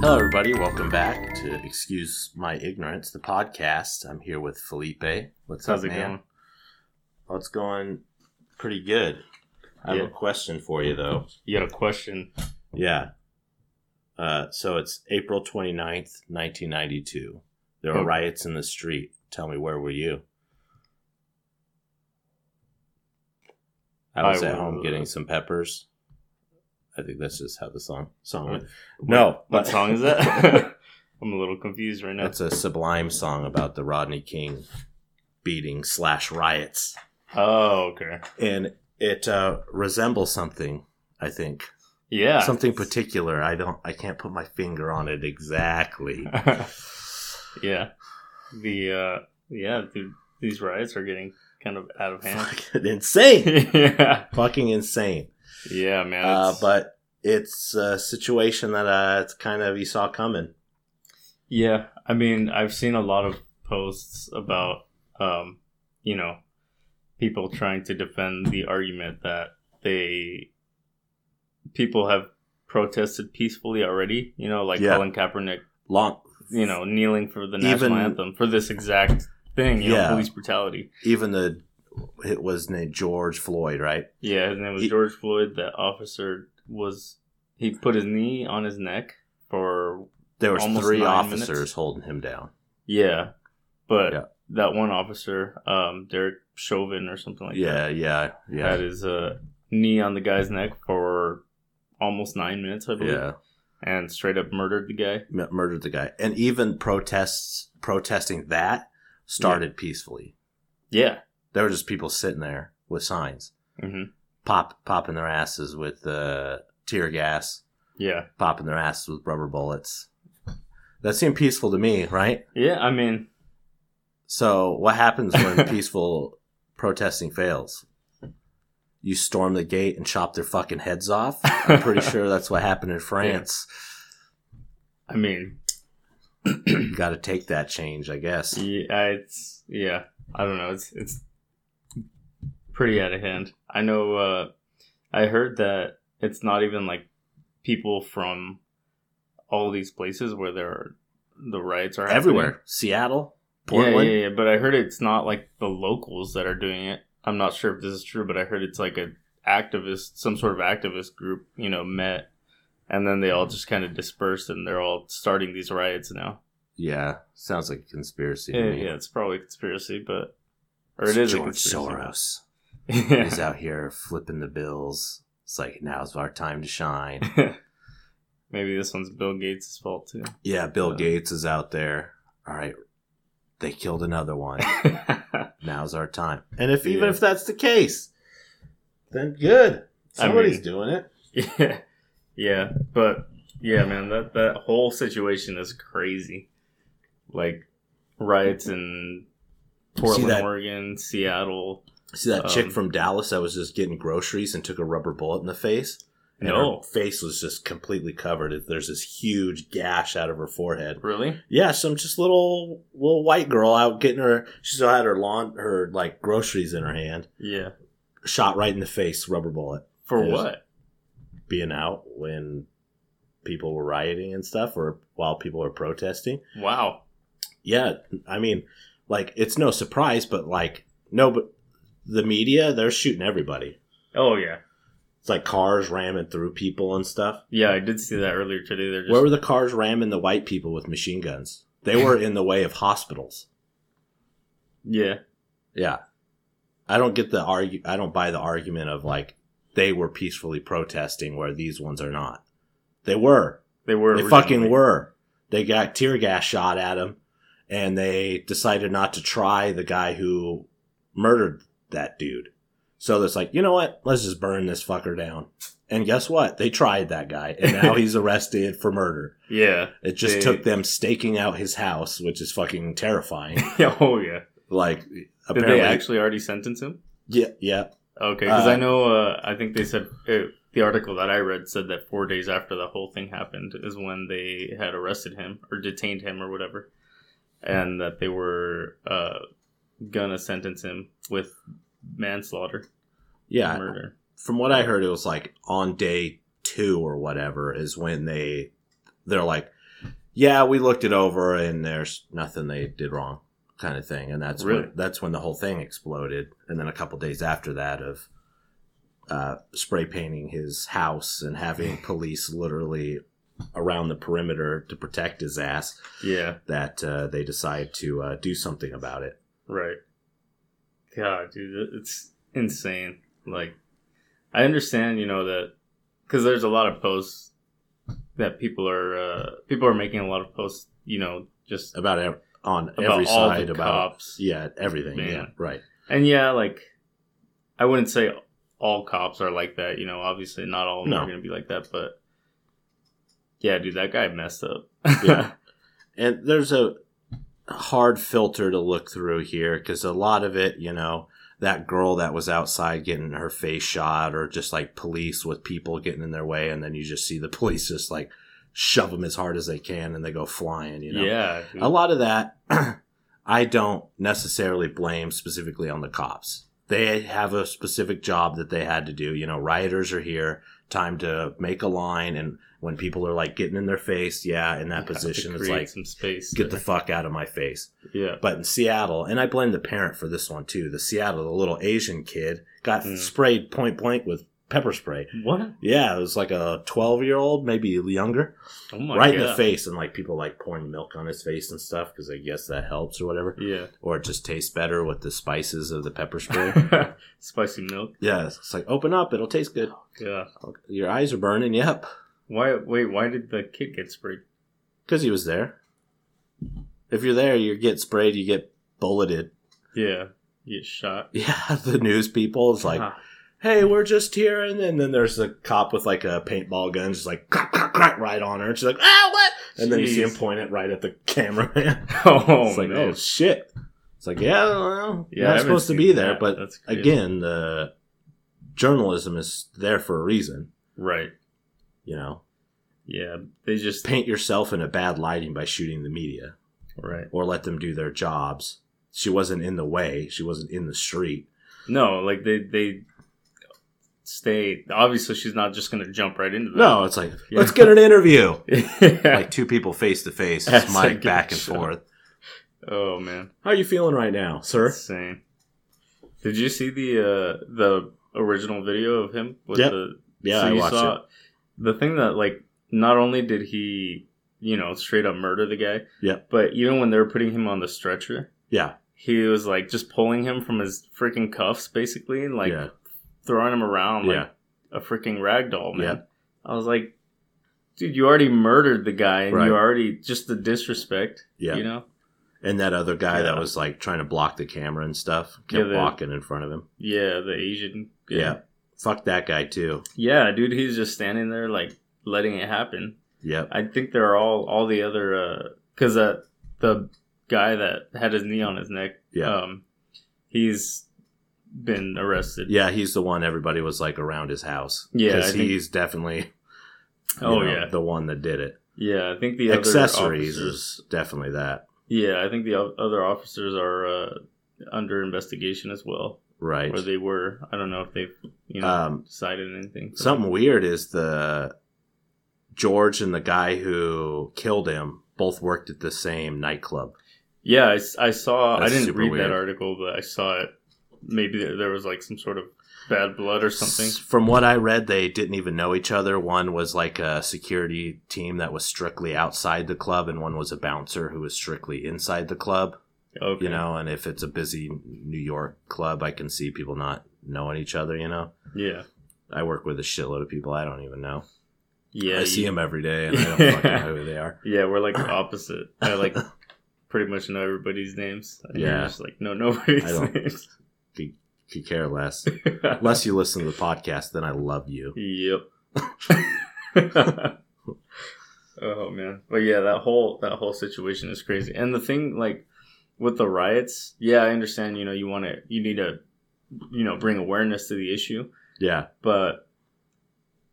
Hello, everybody. Welcome back to Excuse My Ignorance, the podcast. I'm here with Felipe. What's How's up, it man? going? Oh, it's going pretty good. I have Yeah. a question for you, though. You got a question? Yeah. Uh, so it's April 29th, 1992. There were Okay. riots in the street. Tell me, where were you? I was I at home was- uh, getting some peppers. I think that's just how the song song went. uh, What- No, What but- song is that? I'm a little confused right now. That's a sublime song about the Rodney King beating slash riots, Oh, okay. and it uh, resembles something. I think Yeah. something particular. I don't. I can't put my finger on it exactly. yeah. The uh yeah, dude, these riots are getting kind of out of hand. Fucking insane. yeah. Fucking insane. Yeah, man. Uh, it's- but it's a situation that uh, it's kind of you saw coming. Yeah, I mean, I've seen a lot of posts about, um, you know, people trying to defend the argument that they people have protested peacefully already. You know, like Yeah. Colin Kaepernick, Long, you know, kneeling for the national Even- anthem for this exact thing. You Yeah. know, police brutality. even the it was named George Floyd, right? Yeah, his name was He- George Floyd. The officer was he put his knee on his neck for There was Almost three nine officers minutes. holding him down. yeah, but. Yeah. That one officer, um, Derek Chauvin or something like that. yeah, yeah, yeah, had his uh, knee on the guy's neck for almost nine minutes, I believe, yeah. and straight up murdered the guy. m- murdered the guy. And even protests protesting that started peacefully. Yeah, There were just people sitting there with signs, hmm pop popping their asses with uh, tear gas, yeah, popping their asses with rubber bullets. That seemed peaceful to me, right? yeah. I mean, So what happens when peaceful protesting fails? You storm the gate and chop their fucking heads off. I'm pretty sure that's what happened in France. I mean, Got to take that change, I guess. yeah, it's yeah. I don't know. It's it's pretty out of hand. I know. Uh, I heard that it's not even like people from all these places where there are the riots are happening. Everywhere, Seattle, Yeah, Portland. Yeah, yeah, but I heard it's not like the locals that are doing it. I'm not sure if this is true, but I heard it's like a activist, some sort of activist group, you know, met, and then they all just kind of dispersed, and they're all starting these riots now. Yeah, sounds like a conspiracy. Yeah, to yeah, me. it's probably a conspiracy, but or it is a George conspiracy. Soros. He's Yeah. out here flipping the bills. It's like now's our time to shine. Maybe this one's Bill Gates' fault too. Yeah, Bill Uh, Gates is out there. All right, they killed another one. now's our time. And if even Yeah. if that's the case, then good. I mean- Somebody's doing it. yeah, yeah, but yeah, man, that that whole situation is crazy. Like riots in Portland, that- Oregon, Seattle. See that chick Um, from Dallas that was just getting groceries and took a rubber bullet in the face. And No, her face was just completely covered. There's this huge gash out of her forehead. really? Yeah, some just little little white girl out getting her. She still had her lawn, her like groceries in her hand. Yeah. Shot right in the face, rubber bullet. For Yes. what? Being out when people were rioting and stuff, or while people were protesting. Wow. Yeah, I mean, like it's no surprise, but like no, but the media they're shooting everybody. Oh yeah, It's like cars ramming through people and stuff. yeah. I did see that earlier today. They're just Where were the cars ramming the white people with machine guns? They were in the way of hospitals. yeah, Yeah. I don't get the argue I don't buy the argument of like they were peacefully protesting where these ones are not. They were. they were. They fucking were. They got tear gas shot at them and they decided not to try the guy who murdered that dude. So it's like, you know what? Let's just burn this fucker down. And guess what? They tried that guy and now he's arrested for murder. Yeah. It just They- took them staking out his house, which is fucking terrifying. oh yeah. like Did apparently they actually already sentence him? Yeah, yeah. Okay, because Uh, I know. Uh, I think they said uh the article that I read said that four days after the whole thing happened is when they had arrested him or detained him or whatever, and that they were uh, gonna sentence him with manslaughter, Yeah, murder. from what I heard, it was like on day two or whatever is when they they're like, yeah, we looked it over and there's nothing they did wrong, kind of thing. And that's Really? when, that's when the whole thing exploded. And then a couple days after that, of uh, spray painting his house and having police literally around the perimeter to protect his ass, Yeah, that uh, they decide to uh, do something about it. right. God, dude, it- it's insane. Like, I understand, you know, that because there's a lot of posts that people are uh, people are making a lot of posts, you know, just About ev- on about every all side the about cops. yeah everything Man. yeah right And yeah, like I wouldn't say all cops are like that, you know, obviously not all of them No. are gonna be like that, but yeah, dude, that guy messed up. Yeah. and there's a hard filter to look through here because a lot of it, you know, that girl that was outside getting her face shot, or just like police with people getting in their way, and then you just see the police just like shove them as hard as they can, and they go flying. You know, Yeah. dude. a lot of that I don't necessarily blame specifically on the cops. They have a specific job that they had to do. You know, rioters are here, time to make a line, and when people are like getting in their face, yeah, in that Have to position, it's create like some space. get the fuck out of my face. yeah. But in Seattle, and I blame the parent for this one too. The Seattle, the little Asian kid, got Mm. sprayed point blank with pepper spray. What? Yeah, it was like a twelve year old, maybe younger, Oh my right god. in the face, and like people like pouring milk on his face and stuff because I guess that helps or whatever, or it just tastes better with the spices of the pepper spray. Yeah. Spicy milk. yeah, it's like open up, it'll taste good. Yeah. Your eyes are burning. Yep, Why wait, why did the kid get sprayed? because he was there. If you're there, you get sprayed, you get bulleted. Yeah. You Get shot. Yeah, the news people is like, Ah, hey, we're just here. And then, then there's a cop with like a paintball gun, just like crack, crack, crack, right on her. And she's like, ah, what? And then you see Jeez. him point it right at the cameraman. Oh it's like, man. oh shit. It's like, yeah, well, Yeah, you're I not haven't supposed to seen be there. that. But That's crazy. again, the journalism is there for a reason. Right. You know, Yeah. They just paint yourself in a bad lighting by shooting the media right. or let them do their jobs. She wasn't in the way. She wasn't in the street. No, like they they stay. Obviously, she's not just gonna jump right into that. No, it's like, Yeah. let's get an interview. yeah. Like two people face to face, That's mic like- back and forth. Oh man, How are you feeling right now, sir? insane. Did you see the uh, the original video of him with Yep. the? Yeah, so I you watched saw it. The thing that like not only did he you know straight up murder the guy, Yep. but even when they were putting him on the stretcher, Yeah, he was like just pulling him from his freaking cuffs basically and like yeah, throwing him around like yeah, a freaking ragdoll, man. Yeah. I was like, dude, you already murdered the guy and Right. you already just the disrespect, yeah. you know? and that other guy that Yeah. was like trying to block the camera and stuff kept Yeah, the- walking in front of him. Yeah, the Asian. guy. Yeah. fuck that guy too. Yeah, dude, he's just standing there like letting it happen. Yep. I think they're all all the other uh cuz uh, the guy that had his knee on his neck, Yeah. um he's been arrested. Yeah, he's the one everybody was like around his house. Yeah, I because think- he's definitely. you Oh know, yeah. the one that did it. Yeah, I think the other Accessories officers- is definitely that, Yeah, I think the o- other officers are uh under investigation as well. right? Or they were. I don't know if they've you know Um, decided anything. Something weird is the George and the guy who killed him both worked at the same nightclub. Yeah, I s- I, saw. That's I didn't super read weird. that article, but I saw it. Maybe there, there was like some sort of bad blood or something. S- From what I read, they didn't even know each other. One was like a security team that was strictly outside the club, and one was a bouncer who was strictly inside the club. Okay. You know, and if it's a busy New York club, I can see people not knowing each other. You know, Yeah. I work with a shitload of people I don't even know. Yeah. I see you- them every day, and I don't fucking know who they are. Yeah, we're like the opposite. I like pretty much know everybody's names. And you're Yeah. just like no nobody's I don't- names. Could care less. Unless you listen to the podcast, then I love you. Yep. oh man, but yeah, that whole that whole situation is crazy. And the thing like with the riots, yeah, I understand. You know, you want to, you need to, you know, bring awareness to the issue. Yeah, But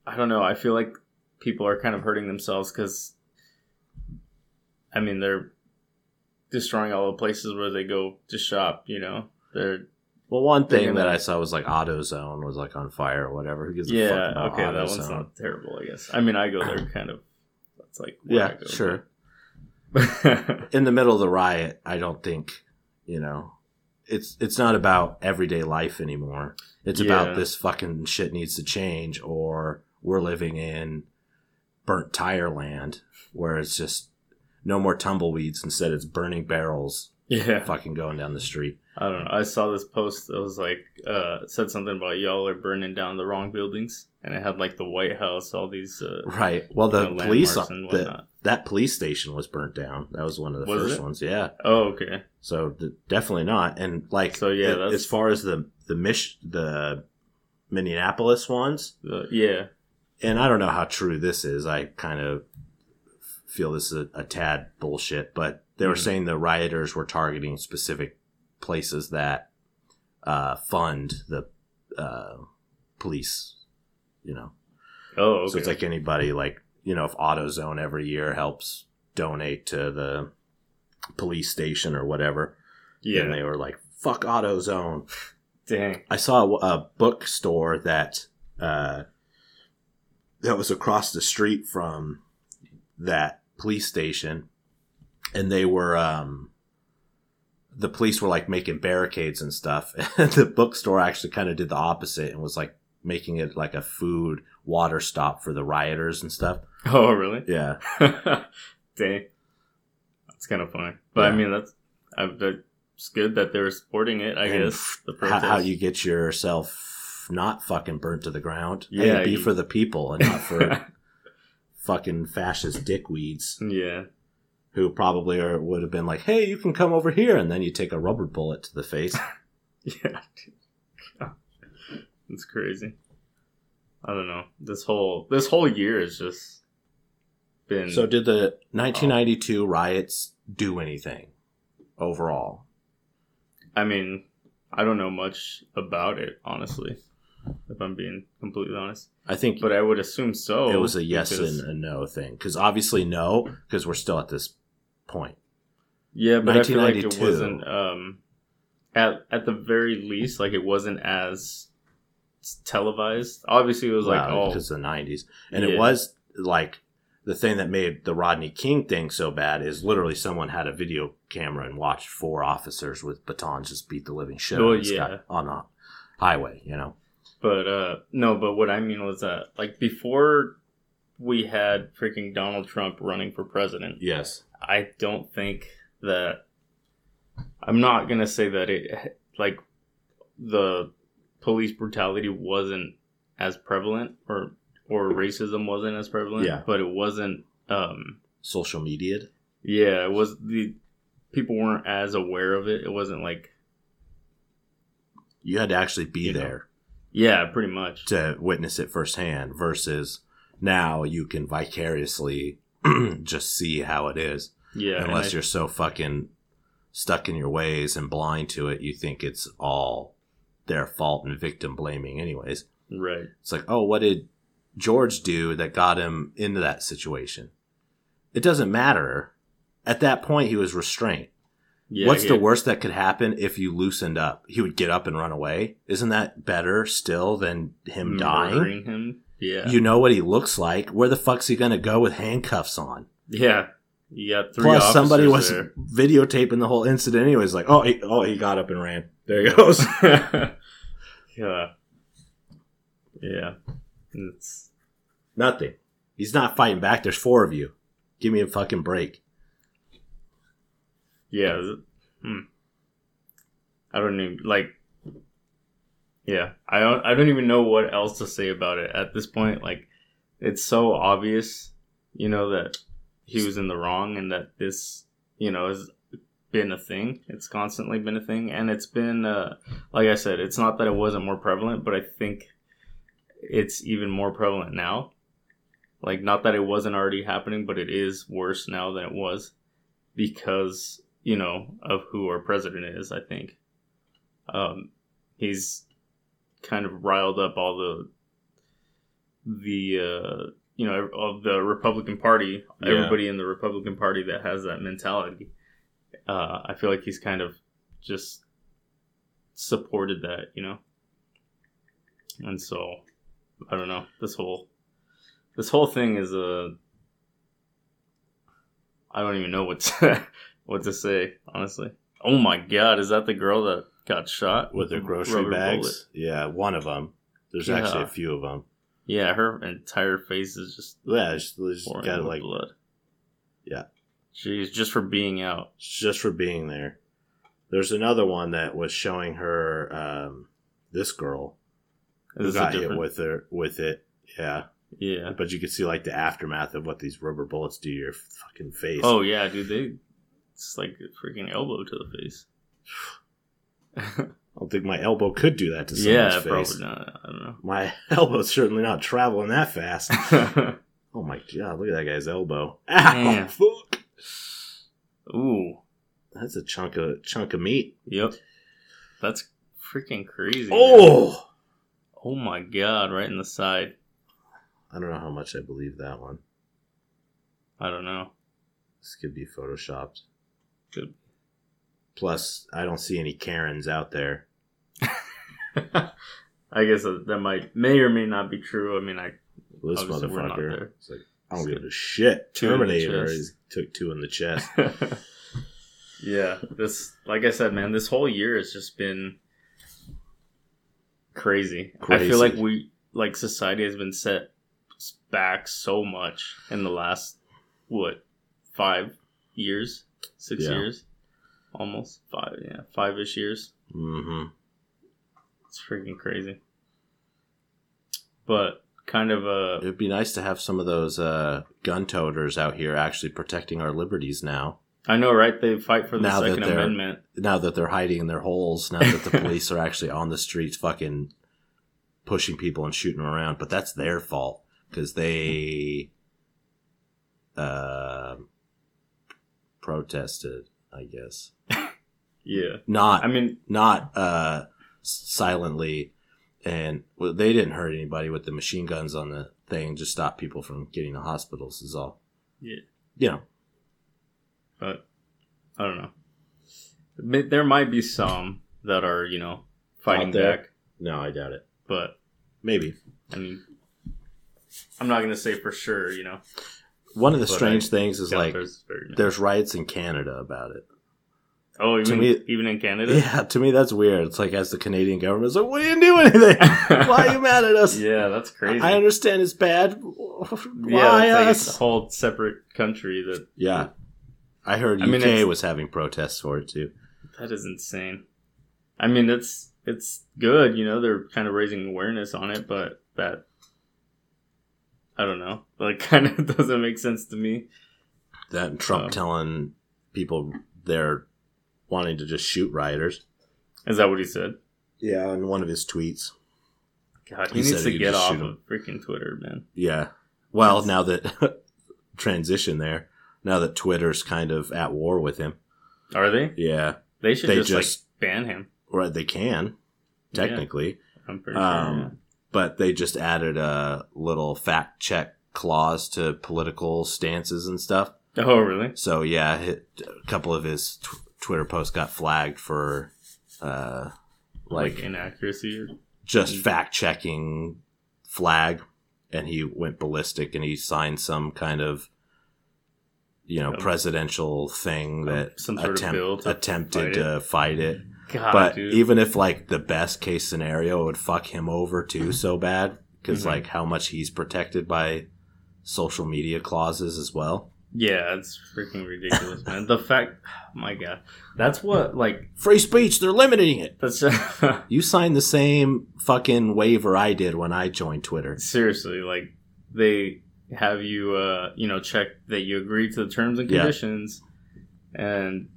I don't know. I feel like people are kind of hurting themselves because, I mean, they're destroying all the places where they go to shop. You know, they're Well, one They're thing gonna- that I saw was like AutoZone was like on fire or whatever. Who gives a fuck yeah. about Okay, that AutoZone? one's not terrible. I guess. I mean, I go there kind of. That's like where yeah, I go, sure. in the middle of the riot, I don't think, you know, it's it's not about everyday life anymore. It's Yeah. about this fucking shit needs to change or we're living in burnt tire land where it's just no more tumbleweeds instead it's burning barrels yeah. fucking going down the street. I don't know. I saw this post that was like uh said something about y'all are burning down the wrong buildings and it had like the White House, all these uh Right. Well, the you know, police landmarks and the, whatnot. that police station was burnt down. That was one of the Was first it? ones. Yeah. Oh, okay. So th- definitely not. And like, So, yeah, a- that's- as far as the the Mich- the Minneapolis ones, The- yeah. and I don't know how true this is. I kind of feel this is a, a tad bullshit, but they were Mhm. saying the rioters were targeting specific places that uh, fund the uh, police. You know, Oh, okay. so it's like anybody, like, you know, if AutoZone every year helps donate to the police station or whatever. yeah. And they were like, fuck AutoZone. Dang. I saw a, a bookstore that, uh, that was across the street from that police station. And they were, um, the police were like making barricades and stuff. And the bookstore actually kind of did the opposite and was like making it like a food, water stop for the rioters and stuff. Oh, really? Yeah. Dang. That's kind of funny. But I Yeah. mean, that's I, that's good that they're supporting it. I And guess the How, protest. how you get yourself not fucking burnt to the ground. Yeah. Yeah, be you- for the people and not for fucking fascist dickweeds yeah. who probably are, would have been like, hey, you can come over here. And then you take a rubber bullet to the face. Yeah. It's crazy. I don't know. This whole this whole year has just been so, did the Oh. 1992 riots do anything overall? I mean, I don't know much about it, honestly. If I'm being completely honest. I think But I would assume so. it was a yes because- and a no thing. Because obviously, no, because we're still at this point. Yeah, but I feel like it 1992. wasn't um at at the very least, like it wasn't as televised. Obviously it was like Wow, all because the 90s. And Yeah. it was like the thing that made the Rodney King thing so bad is literally someone had a video camera and watched four officers with batons just beat the living shit Oh, out of this yeah. guy on a highway, you know? But uh no, but what I mean was that like before we had freaking Donald Trump running for president, Yes. I don't think that I'm not gonna say that it like the police brutality wasn't as prevalent or or racism wasn't as prevalent. Yeah. But it wasn't um Social media. yeah, it was the people weren't as aware of it. It wasn't like You had to actually be You know. there yeah, pretty much. to witness it firsthand versus now you can vicariously just see how it is. Yeah. and I- Unless you're so fucking stuck in your ways and blind to it, you think it's all their fault and victim blaming, anyways. right. It's like, oh, what did George do that got him into that situation? It doesn't matter. At that point, he was restrained. Yeah. What's the yeah. worst that could happen if you loosened up? He would get up and run away. Isn't that better still than him dying? Mm, Murdering him? Yeah. You know what he looks like. Where the fuck's he going to go with handcuffs on? Yeah. You got three Plus, somebody was officers videotaping the whole incident anyways. Like, oh, he, oh, he got up and ran. There he goes. there. yeah. Yeah. It's, Nothing. He's not fighting back. There's four of you. Give me a fucking break. yeah. is it- hmm. I don't even, like, yeah. I don't, I don't even know what else to say about it at this point. Like, it's so obvious, you know, that he was in the wrong and that this, you know, is been a thing. It's constantly been a thing, and it's been uh, like I said, it's not that it wasn't more prevalent, but I think it's even more prevalent now. Like, not that it wasn't already happening, but it is worse now than it was because you know of who our president is. I think um, he's kind of riled up all the the uh, you know of the Republican Party, Yeah. everybody in the Republican Party that has that mentality uh, I feel like he's kind of just supported that, you know. And so, I don't know. This whole this whole thing is a uh, I don't even know what to, what to say, honestly. Oh my god, is that the girl that got shot with their a grocery rubber bags. bullet? Yeah, one of them. There's Yeah. actually a few of them. Yeah, her entire face is just Yeah, it's, it's pouring got with like blood. Yeah. Jeez, just for being out. just for being there. There's another one that was showing her um, this girl Is who this a got hit different- with her with it. Yeah, Yeah. but you could see like the aftermath of what these rubber bullets do to your fucking face. Oh yeah, dude, they it's like a freaking elbow to the face. I don't think my elbow could do that to someone's yeah, face. probably not. I don't know. My elbow's certainly not traveling that fast. oh my god, look at that guy's elbow. Ow, Man. fuck. Ooh. That's a chunk of chunk of meat. Yep. That's freaking crazy. man. Oh, Oh my god, right in the side. I don't know how much I believe that one. I don't know. This could be photoshopped. Could- Plus, I don't see any Karens out there. I guess that, that might may or may not be true. I mean, I This Obviously, we're not motherfucker. there. It's like, I don't give a shit. Two in the Terminator chest. is- took two in the chest. yeah, this like I said, man, this whole year has just been crazy. I Crazy. feel like we like society has been set back so much in the last what five years, six Yeah. years, almost five, yeah, five ish years. hmm It's freaking crazy. But kind of It a would be nice to have some of those uh, gun toters out here actually protecting our liberties now. I know, right? They fight for the Now that Second they're- Amendment. Now that they're hiding in their holes, now that the police are actually on the streets fucking pushing people and shooting 'em around. But that's their fault because they uh, protested, I guess. Yeah, Not I mean, not uh, s- silently, and well, they didn't hurt anybody with the machine guns on the thing. Just stop people from getting to hospitals is all. Yeah. you know, but I don't know. Ma- There might be some that are, you know, fighting Out there. back, no, I doubt it. but Maybe I mean, I'm not gonna say for sure, you know. one of the But strange I things is Yeah, like there's very many. there's riots in Canada about it. oh, even me- even in Canada, Yeah, to me that's weird. It's like as the Canadian government's like, we didn't do anything. Why are you mad at us? yeah, that's crazy. I understand it's bad. Why yeah, it's like us? a whole separate country that yeah, I heard I mean, UK it's- was having protests for it too. that is insane. I mean, it's it's good, you know. They're kind of raising awareness on it, but that I don't know. Like, kind of doesn't make sense to me. that and Trump Um, telling people they're wanting to just shoot rioters. Is that what he said? Yeah, in one of his tweets. God, He he, needs said to he'd get just off shoot of freaking Twitter, man. Yeah. Well, That's- now that transition there, now that Twitter's kind of at war with him. Are they? Yeah. They should They just, just- like ban him. Right, they can Yeah. technically, I'm pretty Um, sure. but they just added a little fact check clause to political stances and stuff. yeah. Oh, really? So yeah, hit, a couple of his tw- Twitter posts got flagged for uh Like, like inaccuracy? Or... just Mhm. fact checking flag and he went ballistic and he signed some kind of you know Um, presidential thing that some sort of bill to attempted fight it. to fight it God, but dude. even if like the best case scenario would fuck him over Mm-hmm. too so bad because Mhm. like how much he's protected by social media clauses as well Yeah, it's freaking ridiculous, man. The fact, my God, that's what like free speech they're limiting it that's you signed the same fucking waiver i did when i joined twitter seriously like they have you uh you know check that you agree to the terms and Yeah. conditions, and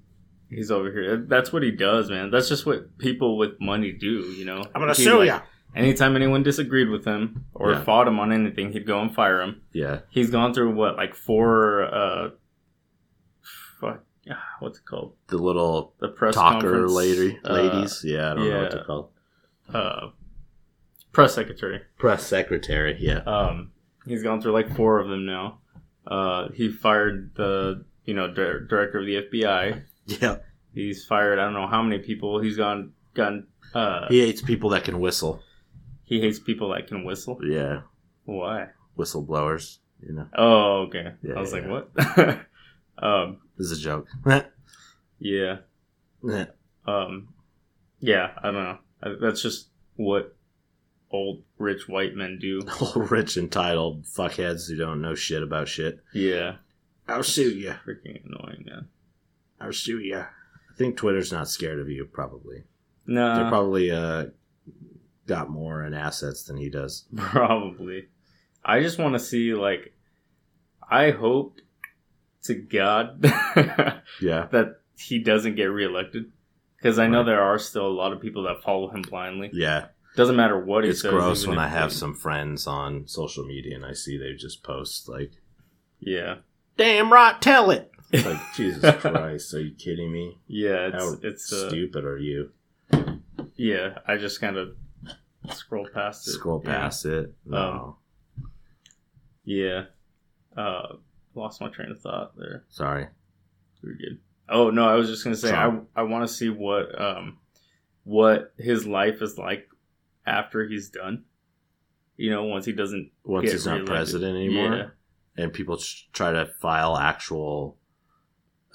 he's over here. That's what he does, man. That's just what people with money do, you know. He, like, ya. Anytime anyone disagreed with him or Yeah. fought him on anything, he'd go and fire him. yeah He's gone through what, like four, uh, fuck, ah, what's it called? the little The press talker conference, lady, uh, ladies. Yeah, I don't know what yeah. to call uh, press secretary. press secretary. Yeah, Um, he's gone through like four of them now. Uh, he fired the you know dir- director of the FBI. yeah. He's fired I don't know how many people. He's gone gone. Uh, He hates people that can whistle. he hates people that can whistle. Yeah, Why? whistleblowers. You know, Oh, okay. Yeah, I was yeah, like, yeah. what? Um, This is a joke. yeah. Um, yeah. I don't know. I- That's just what old rich white men do. Old rich entitled fuckheads who don't know shit about shit. Yeah. I'll shoot you. Freaking annoying, man. I'll shoot you. I think Twitter's not scared of you, probably. They No, probably uh, got more in assets than he does. probably. I just want to see like. I hope to God that Yeah. he doesn't get reelected. Because I know there are still a lot of people that follow him blindly. Yeah. Doesn't matter what he It's says. gross even when if I have he- some friends on social media and I see they just post, like, Yeah, damn right, tell it. It's like, Jesus Christ, are you kidding me? yeah. It's How it's uh, stupid are you? yeah. I just kind of scroll past it. Scroll uh, Yeah. Um, past it. No. Yeah. Uh, lost my train of thought there. Sorry. We are good. Oh no, I was just gonna say Sorry. I I want to see what um what his life is like after he's done. You know, once he doesn't. Once Get he's not reelected. president anymore. and people ch- try to file actual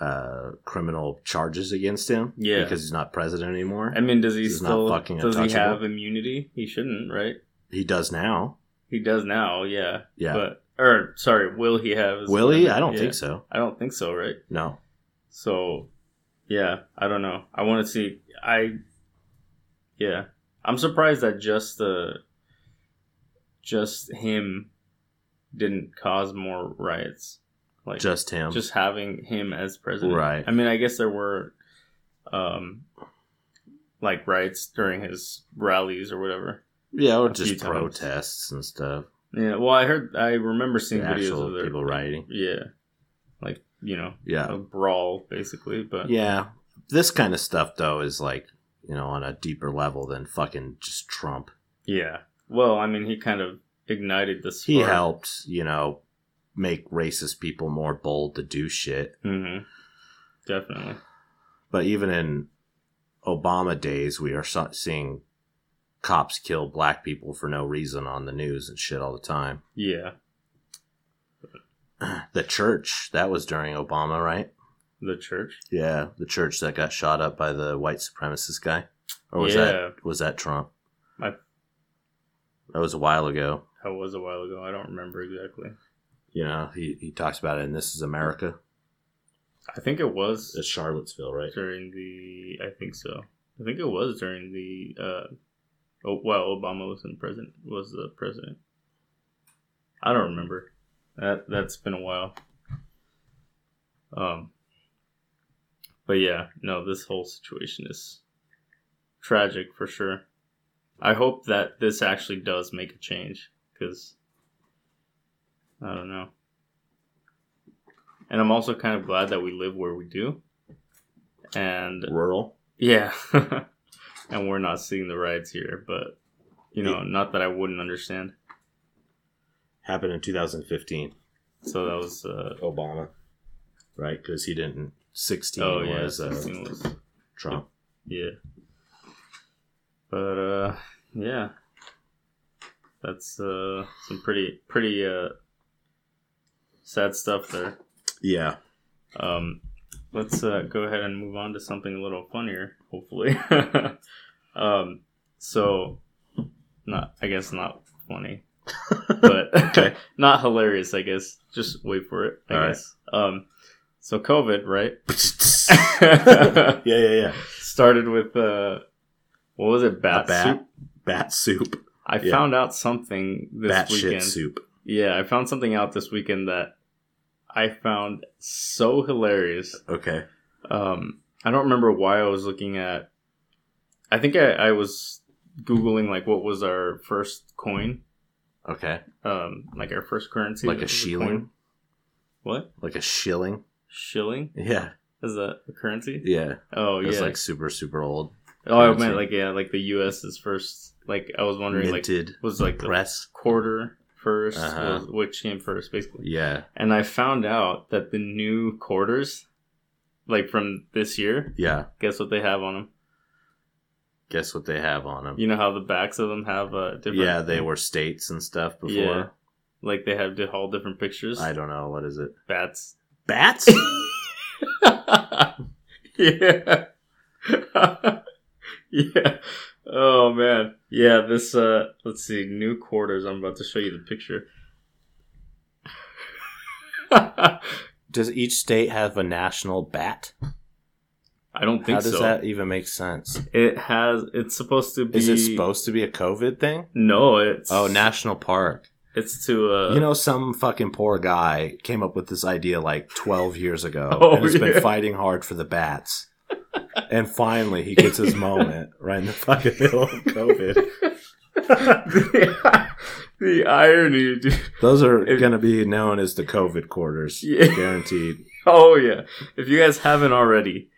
uh, criminal charges against him Yeah. because he's not president anymore. Yeah. I mean, does he He's not still? fucking Does he untouchable. have immunity? He shouldn't, right? he does now. He does now. Yeah. Yeah. But or sorry, will he have? is Will he? what meant. I don't Yeah. think so. I don't think so, right? No. So, yeah, I don't know. I want to see. I, yeah, I'm surprised that just the, just him, didn't cause more riots. Like just, Just him. having him as president. Right. I mean, I guess there were, um, like riots during his rallies or whatever. yeah, or a few just times. protests and stuff. Yeah. Well, I heard. I remember seeing The videos actual of their, Oh, people rioting. Yeah. Like you know, Yeah. a brawl basically, but Yeah. This kind of stuff, though, is like, you know, on a deeper level than fucking just Trump. Yeah. Well, I mean, he kind of ignited the He spark. helped, you know, make racist people more bold to do shit. hmm Definitely. but even in Obama days, we are so- seeing cops kill black people for no reason on the news and shit all the time. Yeah. The church that was during Obama, right? The church. Yeah, the church that got shot up by the white supremacist guy, or was yeah. that was that Trump? I- That was a while ago. That was a while ago. I don't remember exactly. You know, he, he talks about it in This Is America. I think it was It's Charlottesville, right? during the. I think so. I think it was during the. Uh, oh, well, Obama was in president. Was the president? I don't remember. That that's been a while. Um. But yeah, no, this whole situation is tragic for sure. I hope that this actually does make a change because I don't know. And I'm also kind of glad that we live where we do. And Rural. yeah. and we're not seeing the rides here, but you know, not that I wouldn't understand. Happened in 2015. So that was uh Obama, right? Because he didn't. 16 oh yeah, was uh, 16 was Trump. yeah. But uh yeah. That's uh some pretty pretty uh sad stuff there. Yeah. Um, let's uh, go ahead and move on to something a little funnier, hopefully. um, so, not I guess not funny, but Okay. not hilarious. I guess just wait for it. I All right. guess. Um, so COVID, right? yeah, yeah, yeah. Started with uh, what was it? Bat, A bat soup. bat soup, I yeah. found out something this bat shit weekend. soup. Yeah, I found something out this weekend that I found so hilarious. Okay, um i don't remember why i was looking at i think i, I was googling like what was our first coin okay, um like our first currency like that a was shilling, coin. what like a shilling. shilling Yeah, is that a currency yeah. oh It's yeah like super super old, oh i currency. meant like yeah like the us's first like i was wondering like minted was like the press. quarter 1st Uh-huh. was, which came first basically Yeah, and i found out that the new quarters like from this year yeah. guess what they have on them Guess what they have on them? you know how the backs of them have uh different yeah, they were states and stuff before. Like they have di- all different pictures. I don't know what is it. Bats. Bats? yeah. yeah. Oh man. Yeah, this uh let's see, new quarters. I'm about to show you the picture. I Does each state have a national bat? don't think How does so. that even make sense? It has it's supposed to be Is it supposed to be a COVID thing? No, it's Oh, national park. it's to uh You know, some fucking poor guy came up with this idea like 12 years ago Oh, and has yeah. been fighting hard for the bats. And finally, he gets his moment right in the fucking middle of COVID. the, the irony, dude. Those are If- going to be known as the COVID quarters, Yeah. guaranteed. Oh yeah. If you guys haven't already,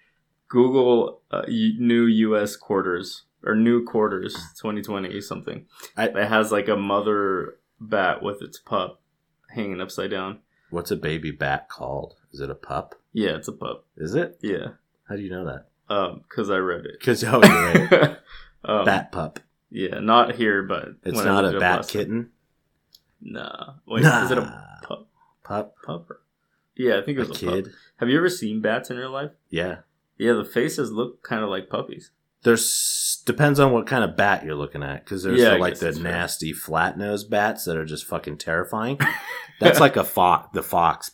Google uh, y- new U.S. quarters or new quarters 2020 something. I- it has like a mother bat with its pup hanging upside down. What's a baby bat called? Is it a pup? Yeah, it's a pup. Is it? Yeah, How do you know that? um, because I read it. Because, oh, you're right. um, bat pup. Yeah, not here, but It's when I not looked it a up bat last kitten. time. Nah. Wait, Nah. is it a pup? Pup? Pup? or- Yeah, I think it A was a, kid? pup. Have you ever seen bats in real life? Yeah. Yeah, the faces look kind of like puppies. There's depends on what kind of bat you're looking at because there's Yeah, the, I like guess the that's fair. nasty flat nosed bats that are just fucking terrifying. That's like a fox. The fox.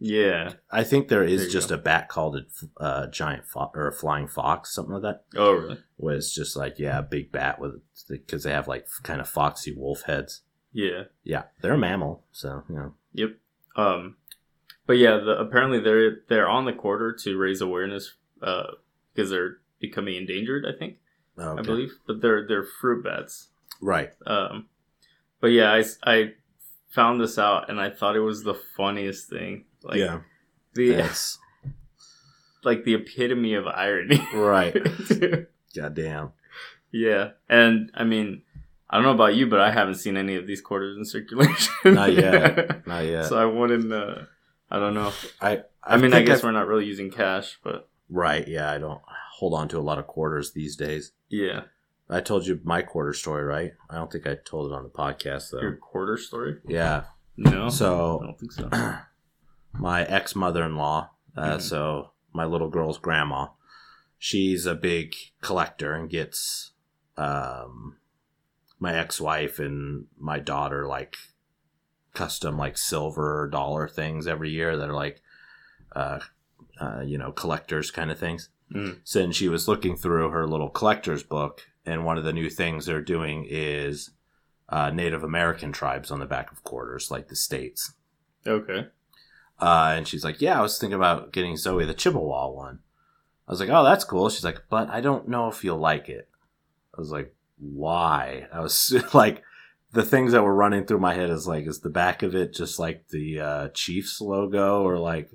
Yeah. I think there There is you just go. a bat called a f- uh, giant fox or a flying fox, something like that. Oh, really? Where it's just like yeah, a big bat with because they have like kind of foxy wolf heads. Yeah. Yeah, they're a mammal, so you know. Yep. Um, but yeah, the, apparently they're they're on the quarter to raise awareness uh, because they're becoming endangered. I think Okay. I believe, but they're they're fruit bats. Right. Um, but yeah, I, s- I found this out and I thought it was the funniest thing. Like yeah. the Yes. like the epitome of irony. right. Goddamn. yeah, and I mean, I don't know about you, but I haven't seen any of these quarters in circulation. Not yet. Not yet. So I wouldn't. Uh, I don't know. I, mean, I think guess I've- we're not really using cash, but right. Yeah, I don't hold on to a lot of quarters these days. yeah, I told you my quarter story, right? I don't think I told it on the podcast though. your quarter story. Yeah. No, So- I don't think so. my ex mother in law, uh, Mhm. so my little girl's grandma, she's a big collector and gets um, my ex wife and my daughter like custom like silver dollar things every year that are like, uh, uh, you know, collectors kind of things. Mm. So then she was looking through her little collector's book, and one of the new things they're doing is uh, Native American tribes on the back of quarters, like the states. Okay. Uh, and she's like, "Yeah, I was thinking about getting Zoe the Chippewa one." I was like, "Oh, that's cool." She's like, "But I don't know if you'll like it." I was like, "Why?" I was like, the things that were running through my head is like, is the back of it just like the uh, Chiefs logo or like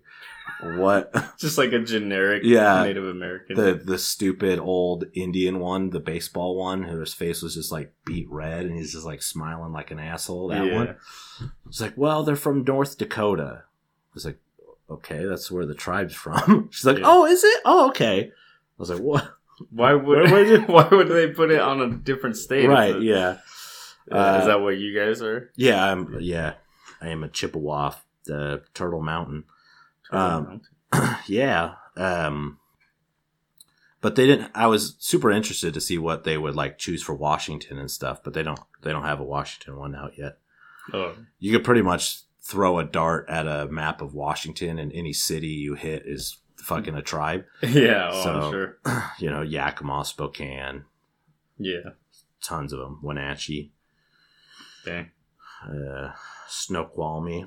what Just like a generic Yeah. Native American. the the stupid old Indian one, the baseball one, whose face was just like beat red and he's just like smiling like an asshole. That Yeah. one. It's like, well, they're from North Dakota. I was like, okay, that's where the tribe's from. She's like, Yeah. oh, is it? Oh, okay. I was like, what? Why would Where was it? why would they put it on a different state? right? Is it- Yeah, Uh, Uh, is that what you guys are? yeah, I'm, yeah. I am a Chippewa, the Turtle Mountain. Um, yeah. Um, but they didn't. I was super interested to see what they would like choose for Washington and stuff. But they don't. They don't have a Washington one out yet. oh, you could pretty much throw a dart at a map of Washington, and any city you hit is fucking a tribe. yeah, oh, So- I'm sure. You know, Yakima, Spokane, Yeah, tons of them. Wenatchee, dang. uh, Snoqualmie.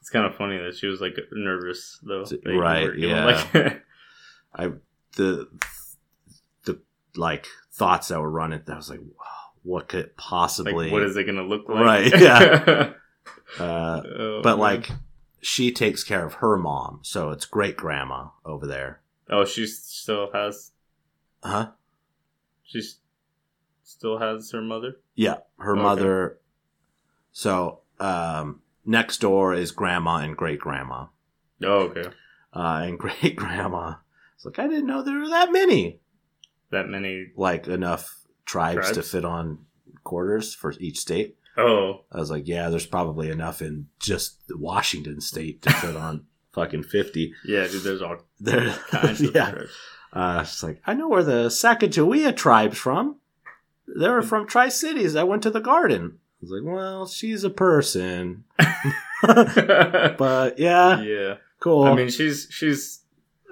It's kind of funny that she was like nervous though. It's- that you right, were gonna, yeah. Like, The the like thoughts that were running. I was like, wow, what could like, possibly? what is it gonna look like? Right, yeah. Oh, uh, man. but like, she takes care of her mom, so it's great grandma over there. oh, she still has Huh? she s- still has her mother. Yeah, her Okay. mother. So um, next door is grandma and great grandma. Oh, okay. Uh, and great grandma. It's like I didn't know there were that many, That many. like enough tribes, to Tribes? fit on quarters for each state. Oh, I was like, yeah, there's probably enough in just Washington state to fit on fucking 50. Yeah, dude, there's all They're, kinds of yeah. tribes. Uh, it's like, I know where the Sacagawea tribe's from. They're from Tri Cities. I went to the garden. I was like, well, she's a person. But yeah, yeah. cool. I mean, she's she's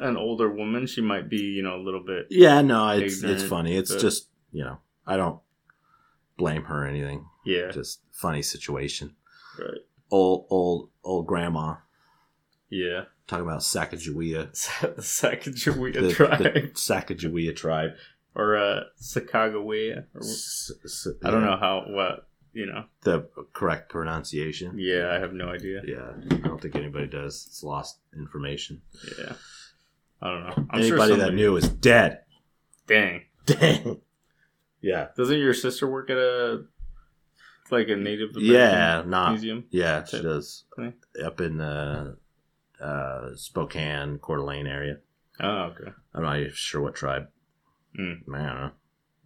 an older woman. She might be, you know, a little bit. yeah, no, it's ignorant, it's funny. It's but- just, you know, I don't blame her or anything. Yeah, Just funny situation. right. Old old old grandma Yeah, talking about Sacagawea. the Sacagawea The, the tribe Sacagawea tribe. or uh, Sacagawea. Or, S- s- I don't yeah, know how what you know. the correct pronunciation. Yeah, I have no idea. Yeah, I don't think anybody does. It's lost information. Yeah, I don't know. I'm sure anybody that somebody- knew is dead. Dang, Dang. Yeah. doesn't your sister work at a like a Native American Yeah. Nah. museum? Yeah, she does. Okay. Up in uh, uh, Spokane, Coeur d'Alene area. Oh, okay. I'm not even sure what tribe. Mm. I don't know.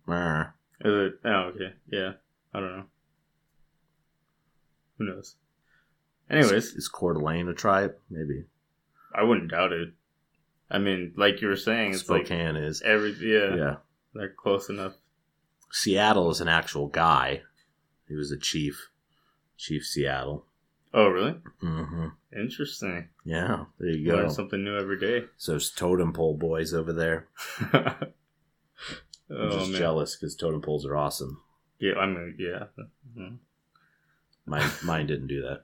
Meh. Is it? Oh, okay. Yeah, I don't know. Who knows? Anyways, Is, is Coeur d'Alene a tribe? Maybe. I wouldn't doubt it. I mean, like you were saying, it's like Spokane is. every yeah, yeah. they're close enough. Seattle is an actual guy. He was a chief. Chief Seattle. Oh, really? hmm Interesting. Yeah, there you You go. learn something new every day. So it's totem pole boys over there. oh I'm just man. jealous because totem poles are awesome. Yeah, I mean, yeah. Mhm. Mine, mine didn't do that.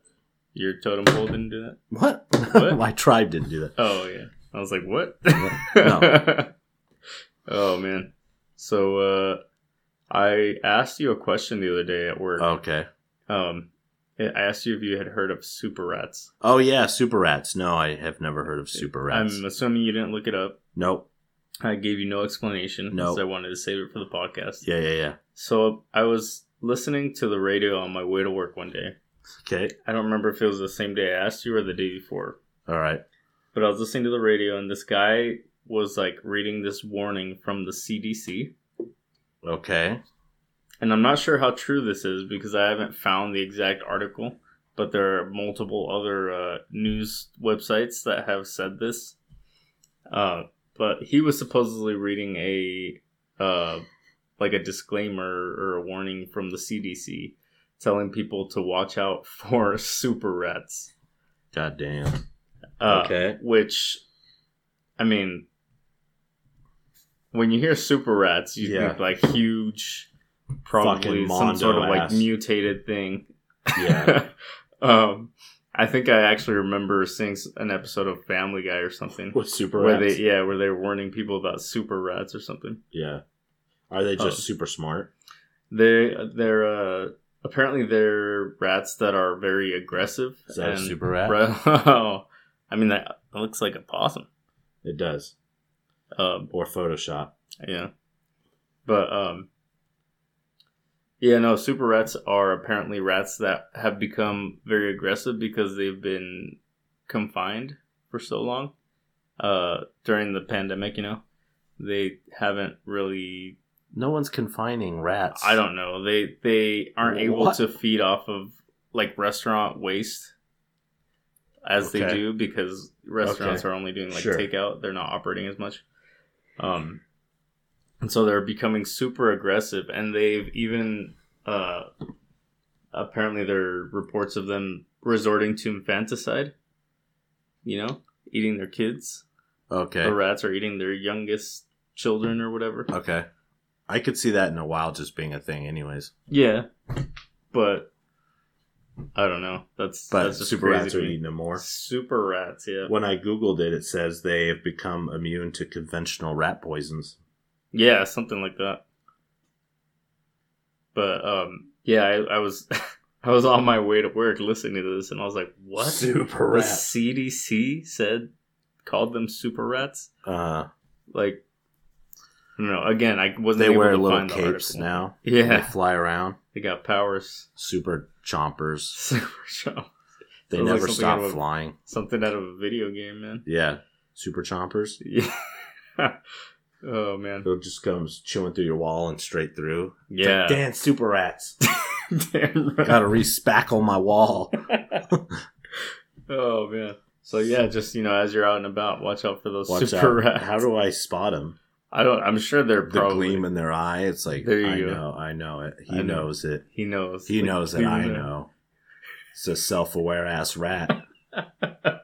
Your totem pole didn't do that. What? What? My tribe didn't do that. Oh yeah. I was like, what? No. oh man. So uh, I asked you a question the other day at work. Okay. Um, I asked you if you had heard of super rats. Oh yeah, super rats. No, I have never heard of super rats. I'm assuming you didn't look it up. nope. I gave you no explanation No. I wanted to save it for the podcast. Yeah, yeah, yeah. So I was listening to the radio on my way to work one day. Okay. I don't remember if it was the same day I asked you or the day before, All right. but I was listening to the radio and this guy was like reading this warning from the CDC. Okay. And I'm not sure how true this is because I haven't found the exact article, but there are multiple other uh, news websites that have said this. Uh, but he was supposedly reading a uh, like a disclaimer or a warning from the CDC telling people to watch out for super rats. God damn. Uh, okay. Which, I mean, when you hear super rats, you Yeah. think like huge, probably Fucking some sort of Mondo like ass. mutated thing. Yeah. um, I think I actually remember seeing s- an episode of Family Guy or something With super where rats. they yeah where they were warning people about super rats or something. yeah. Are they just Oh. super smart? They they're uh, apparently they're rats that are very aggressive. Is that a and- super rat? Bro, I mean that looks like a possum. It does. Um, Or Photoshop. Yeah. But um yeah, no, super rats are apparently rats that have become very aggressive because they've been confined for so long. Uh during the pandemic, you know. They haven't really No one's confining rats. I don't know. They they aren't able What? to feed off of like restaurant waste as they Okay. do because restaurants Okay. are only doing like Sure. takeout. They're not operating as much. Um and so they're becoming super aggressive and they've even uh apparently there are reports of them resorting to infanticide, you know, eating their kids. Okay. The rats are eating their youngest children or whatever. Okay. I could see that in a while just being a thing, anyways. Yeah, but I don't know. That's But that's just super crazy rats to are me. eating them more. Super rats, yeah, When I googled it, it says they have become immune to conventional rat poisons. yeah, something like that. But um, yeah, I, I was I was on my way to work listening to this, and I was like, "What? super the CDC said called them super rats? Uh, Like, no. Again, I wasn't. they able wear to little find the capes article. now. They Yeah, fly around. they got powers. Super chompers. Super show. They Sounds like never something stop out of a- flying. Something out of a video game, man. Yeah, super chompers. Yeah. oh man. It just comes chewing through your wall and straight through. It's like, Yeah. Damn, super rats. Damn right. Gotta re-spackle my wall. Oh man. So yeah, just you know, as you're out and about, watch out for those Watch super out. rats. How do I spot him? I don't. I'm sure they're The probably. gleam in their eye. It's like There you I go. know, I know it. He I know. knows it. He knows. He The knows that gleam I in their- know. It's a self-aware ass rat,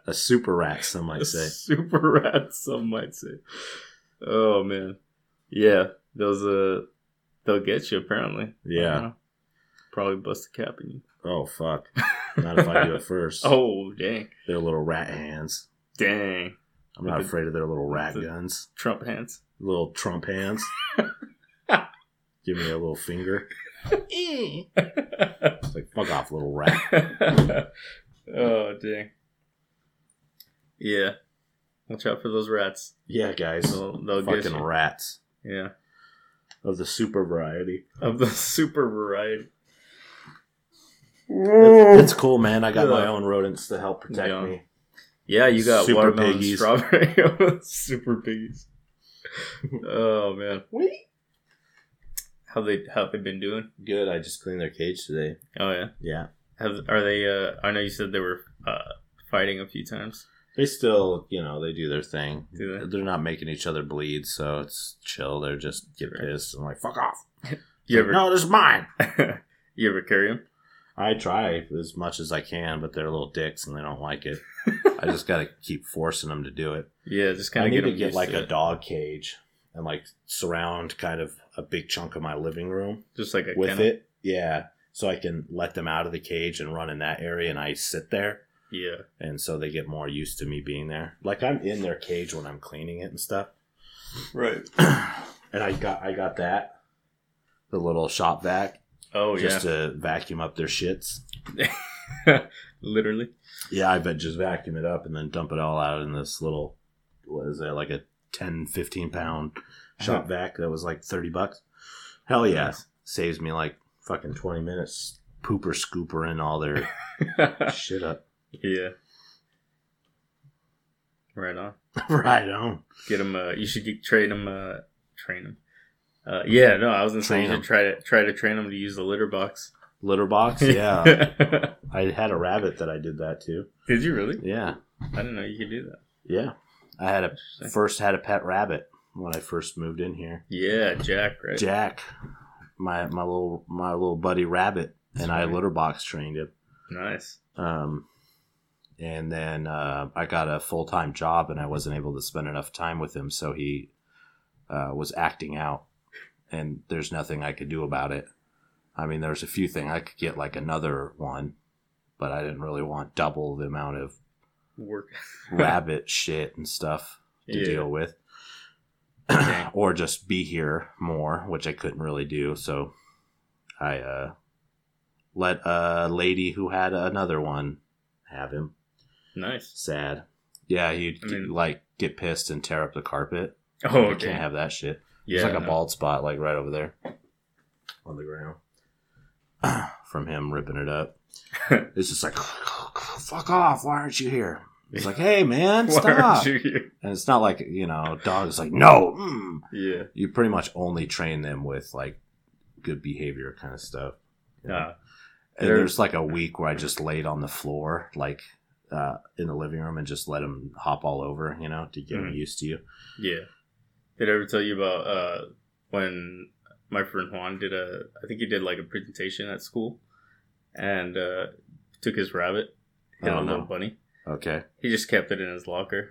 a super rat. Some might say. Super rats, some might say. Oh man, yeah, those uh, they'll get you apparently. I don't Yeah. know. probably bust a cap in you. Oh fuck. Not if I do it first. Oh dang, Their little rat hands. dang, I'm not With the- afraid of their little rat the- guns. Trump hands. Little Trump hands. Give me a little finger. It's like fuck off, little rat. oh dang. Yeah, watch out for those rats. Yeah, guys. They'll, they'll get Fucking you. rats Yeah, of the super variety. of the super variety. It's, it's cool, man. I got my Yeah. own rodents to help protect Yeah. me. Yeah, you got Super watermelon piggies. strawberry super piggies. oh man. How they how they been doing? Good. I just cleaned their cage today. Oh yeah. Yeah. Have are they uh I know you said they were uh fighting a few times. They still, you know, they do their thing. Do they? They're not making each other bleed, so it's chill. They're just get Sure. pissed and like, fuck off. You ever No, this is mine. you ever carry them? I try as much as I can, but they're little dicks and they don't like it. I just got to keep forcing them to do it. Yeah, just I kind of need get to 'em get used like a it. dog cage and like surround kind of a big chunk of my living room. just like a with kennel. it. Yeah. So I can let them out of the cage and run in that area and I sit there. Yeah. And so they get more used to me being there. Like I'm in their cage when I'm cleaning it and stuff. Right. and I got I got that. The little shop vac. Oh just to vacuum up their shits. yeah. Literally. Yeah, I bet just vacuum it up and then dump it all out in this little what is that, like a 10, 15 pound shop vac that was like thirty bucks. Hell yeah. Uh-huh. Nice. Saves me like fucking twenty minutes pooper scooper in all their shit up. yeah. Right on. Right on. get him. Uh, you should get, trade him. Uh, train him. Uh, yeah, no, I was gonna say Train you 'em. should try to try to train him to use the litter box. Litter box, yeah. I had a rabbit that I did that to. Did you really? Yeah. I didn't know you could do that. Yeah. I had a Interesting. first had a pet rabbit when I first moved in here. Yeah, Jack. Right. Jack, my my little my little buddy rabbit, and I litter box trained him. Nice. Um and then uh, I got a full time job and I wasn't able to spend enough time with him, so he uh, was acting out, and there's nothing I could do about it. I mean, there's a few things I could get like another one, but I didn't really want double the amount of Work. rabbit shit and stuff to Yeah. deal with, Dang. or just be here more, which I couldn't really do. So I uh, let a lady who had another one have him. Nice. Sad. Yeah, he'd I mean- like get pissed and tear up the carpet. Oh, I okay. can't have that shit. yeah. There's like a no. bald spot like right over there on the ground from him ripping it up. it's just like fuck off. Why aren't you here? It's like, hey man, Why aren't stop. you here? And it's not like you know, dog's like no. Mm. Yeah. You pretty much only train them with like good behavior kind of stuff. you know? Nah. And There- there's like a week where I just laid on the floor, like uh, in the living room, and just let him hop all over, you know, to get Mm. him used to you. Yeah. Did I ever tell you about uh, when my friend Juan did a? I think he did like a presentation at school, and uh, took his rabbit, hit Oh, a little no. bunny. Okay. He just kept it in his locker.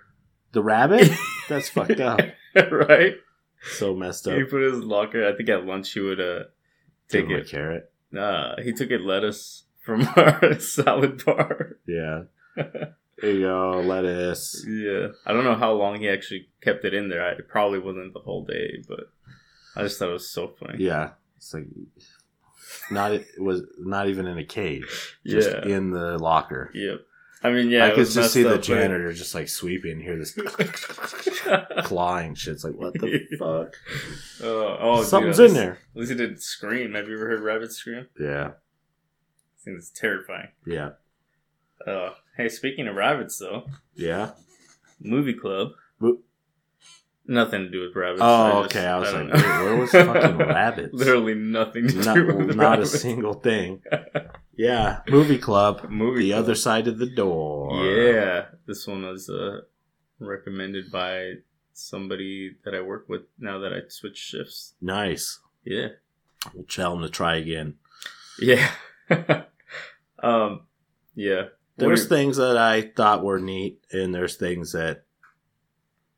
The rabbit? That's fucked up. right? So messed up. He put it in his locker. I think at lunch he would uh Give take him a it. carrot. Nah, he took it lettuce from our salad bar. Yeah. There you go. Lettuce. yeah, I don't know how long he actually kept it in there. I, it probably wasn't the whole day, but I just thought it was so funny. Yeah. It's like not it was not even in a cage. Just Yeah. in the locker. Yep. I mean, yeah, I it could was just see the messed up, janitor just like sweeping, hear this but- clawing shit. It's like what the fuck? oh, oh, dude, Something's at in least- there. At least he didn't scream. Have you ever heard rabbits scream? Yeah. I think it's terrifying. Yeah. Uh, hey, speaking of rabbits, though, Yeah. movie club. Mo- Nothing to do with rabbits. Oh, just- okay. I was don't like, know. wait, where was fucking rabbits? Literally nothing to Not, do with not a rabbits. single thing. Yeah, movie club. Movie. The other side of the door. Yeah, this one was uh, recommended by somebody that I work with now that I switched shifts. Nice. Yeah. We'll tell him to try again. Yeah. um. Yeah. There's What things that I thought were neat, and there's things that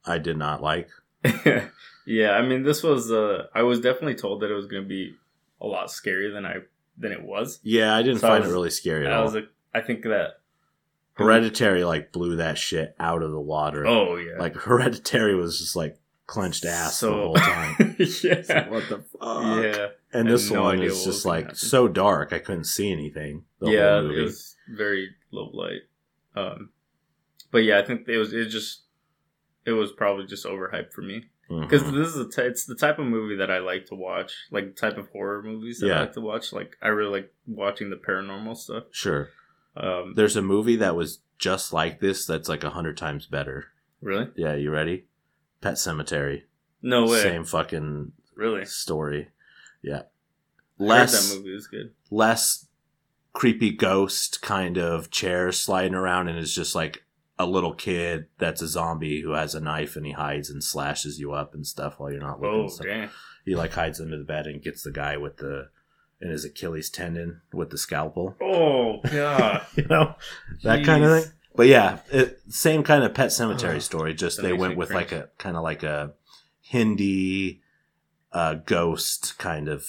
I did not like. are- yeah. I mean, this was. Uh, I was definitely told that it was going to be a lot scarier than I than it was. Yeah, I didn't So I find was- it really scary at I all. was. A, I think that. Hereditary like blew that shit out of the water. Mm-hmm. Oh yeah. Like Hereditary was just like clenched ass the So- whole time. It's like, yeah. what the fuck? Yeah. And I this had no one idea is what just was gonna like happen. so dark I couldn't see anything. The yeah, whole movie. it was very low light. Um, but yeah, I think it was it just it was probably just overhyped for me because Mhm. this is a t- it's the type of movie that I like to watch, like the type of horror movies that Yeah. I like to watch. Like I really like watching the paranormal stuff. sure. Um, There's a movie that was just like this that's like a hundred times better. really? Yeah, you ready? Pet Cemetery. No way. Same fucking Really? I heard story. Yeah. that Less movie was good. less creepy ghost kind of chair sliding around and it's just like a little kid that's a zombie who has a knife and he hides and slashes you up and stuff while you're not looking. Oh So damn! he like hides under the bed and gets the guy with the in his Achilles tendon with the scalpel. Oh god! You know? That kind of Jeez. thing. But yeah, it, same kind of pet cemetery Ugh, story, just that they makes went me with like cringe. a kind of like a Hindi uh, ghost kind of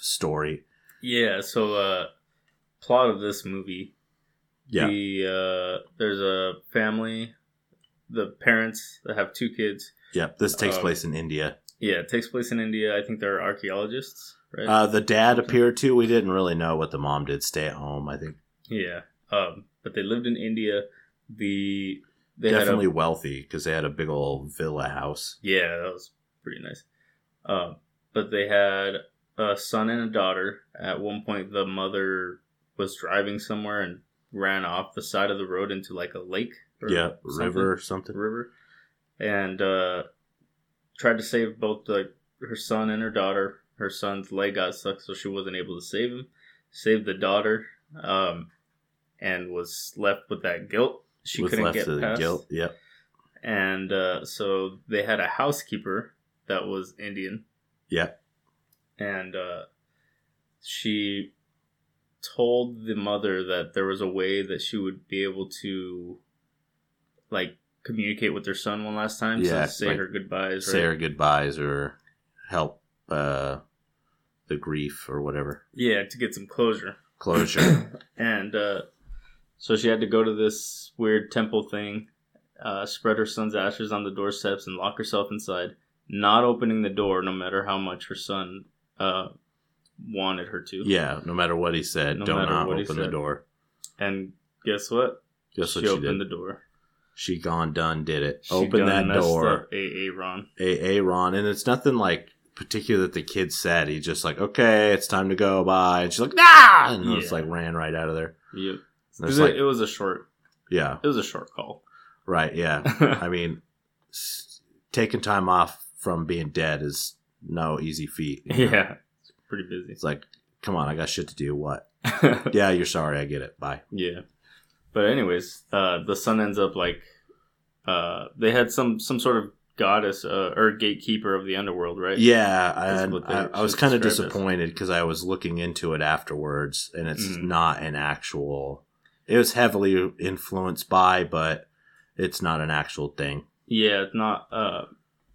story. Yeah. So, uh, plot of this movie The uh, there's a family, the parents that have two kids. Yep, this takes Um, place in India. Yeah, it takes place in India. I think they're archaeologists, right? Uh, the dad appeared to. We didn't really know what the mom did. Stay at home, I think. yeah, um, but they lived in India. The they Definitely had a, wealthy because they had a big old villa house. yeah, that was pretty nice. Um, but they had a son and a daughter. At one point, the mother was driving somewhere and ran off the side of the road into like a lake. or Yeah, something. river or something. river and uh, tried to save both the, her son and her daughter. Her son's leg got stuck, so she wasn't able to save him. Saved the daughter, um, and was left with that guilt. She Was couldn't left get to the past. guilt. Yep. And uh, so they had a housekeeper that was Indian. Yeah. And uh, she told the mother that there was a way that she would be able to, like, communicate with her son one last time. Yeah, So say like, her goodbyes, right? say her goodbyes or help uh, the grief or whatever Yeah, to get some closure. closure. and uh, so she had to go to this weird temple thing, uh, spread her son's ashes on the doorsteps, and lock herself inside, not opening the door no matter how much her son uh, wanted her to. yeah, no matter what he said, No don't matter not what he open the said. door. And guess what? Just she what she did. opened the door. she gone done did it. She open that done messed door. up AA Ron. AA Ron, and it's nothing like particular that the kid said. He's just like, okay, it's time to go. Bye. And she's like, nah, and it's Yeah. like ran right out of there. Yep. And it's It- like- it was a short. Yeah, It was a short call. right. Yeah, I mean, s- taking time off from being dead is no easy feat. you know? yeah. It's pretty busy. it's like, come on, I got shit to do. What? Yeah, you're sorry. I get it. Bye. Yeah. But anyways, uh, the son ends up like uh, they had some some sort of goddess uh, or gatekeeper of the underworld, right? Yeah, That's and what they- I, I was she's kind of described as. disappointed because I was looking into it afterwards, and it's Mhm. not an actual. It was heavily influenced by, but it's not an actual thing. Yeah, it's not uh,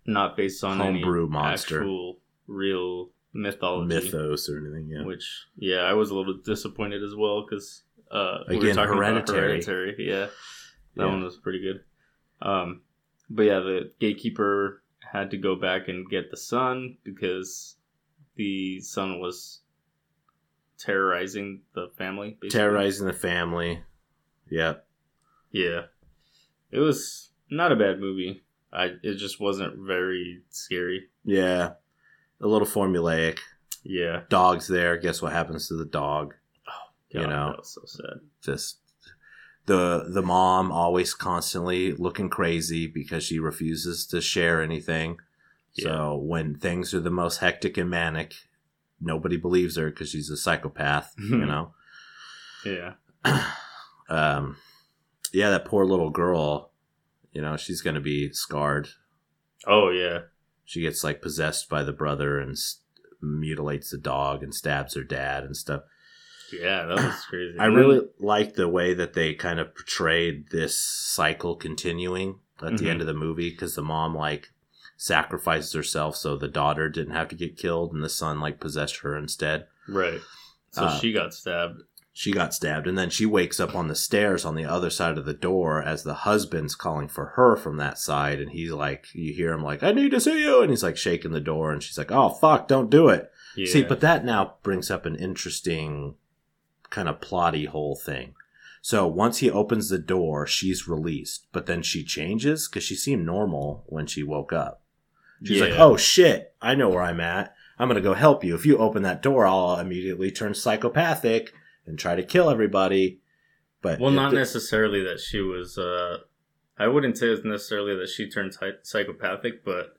not based on any Homebrew monster actual real mythology. mythos or anything. Yeah, Which yeah, I was a little disappointed as well because uh, we were Again, talking about Hereditary. hereditary. Yeah, that Yeah. one was pretty good. Um, but yeah, the gatekeeper had to go back and get the son because the son was terrorizing the family. Basically. terrorizing the family. Yep. Yeah, it was not a bad movie. I it just wasn't very scary. Yeah. A little formulaic. Yeah, Dog's there. Guess what happens to the dog? You God, know. that was so sad. Just the the mom always constantly looking crazy because she refuses to share anything. So when things are the most hectic and manic, nobody believes her because she's a psychopath, you know. Yeah. um, yeah, that poor little girl, you know, she's going to be scarred. Oh yeah. She gets like possessed by the brother and s- mutilates the dog and stabs her dad and stuff. Yeah, that was crazy. I And then- really like the way that they kind of portrayed this cycle continuing at the Mhm. end of the movie because the mom like sacrificed herself so the daughter didn't have to get killed and the son like possessed her instead. right. So Uh, she got stabbed. She got stabbed and then she wakes up on the stairs on the other side of the door as the husband's calling for her from that side and he's like you hear him like I need to see you and he's like shaking the door and she's like oh fuck don't do it. Yeah. See, but that now brings up an interesting kind of plotty whole thing. So once he opens the door, she's released, but then she changes because she seemed normal when she woke up. She's like, Yeah. "Oh shit, I know where I'm at. I'm gonna go help you. If you open that door, I'll immediately turn psychopathic and try to kill everybody." But Well, it not di- necessarily that she was. Uh, I wouldn't say it's necessarily that she turned psy- psychopathic, but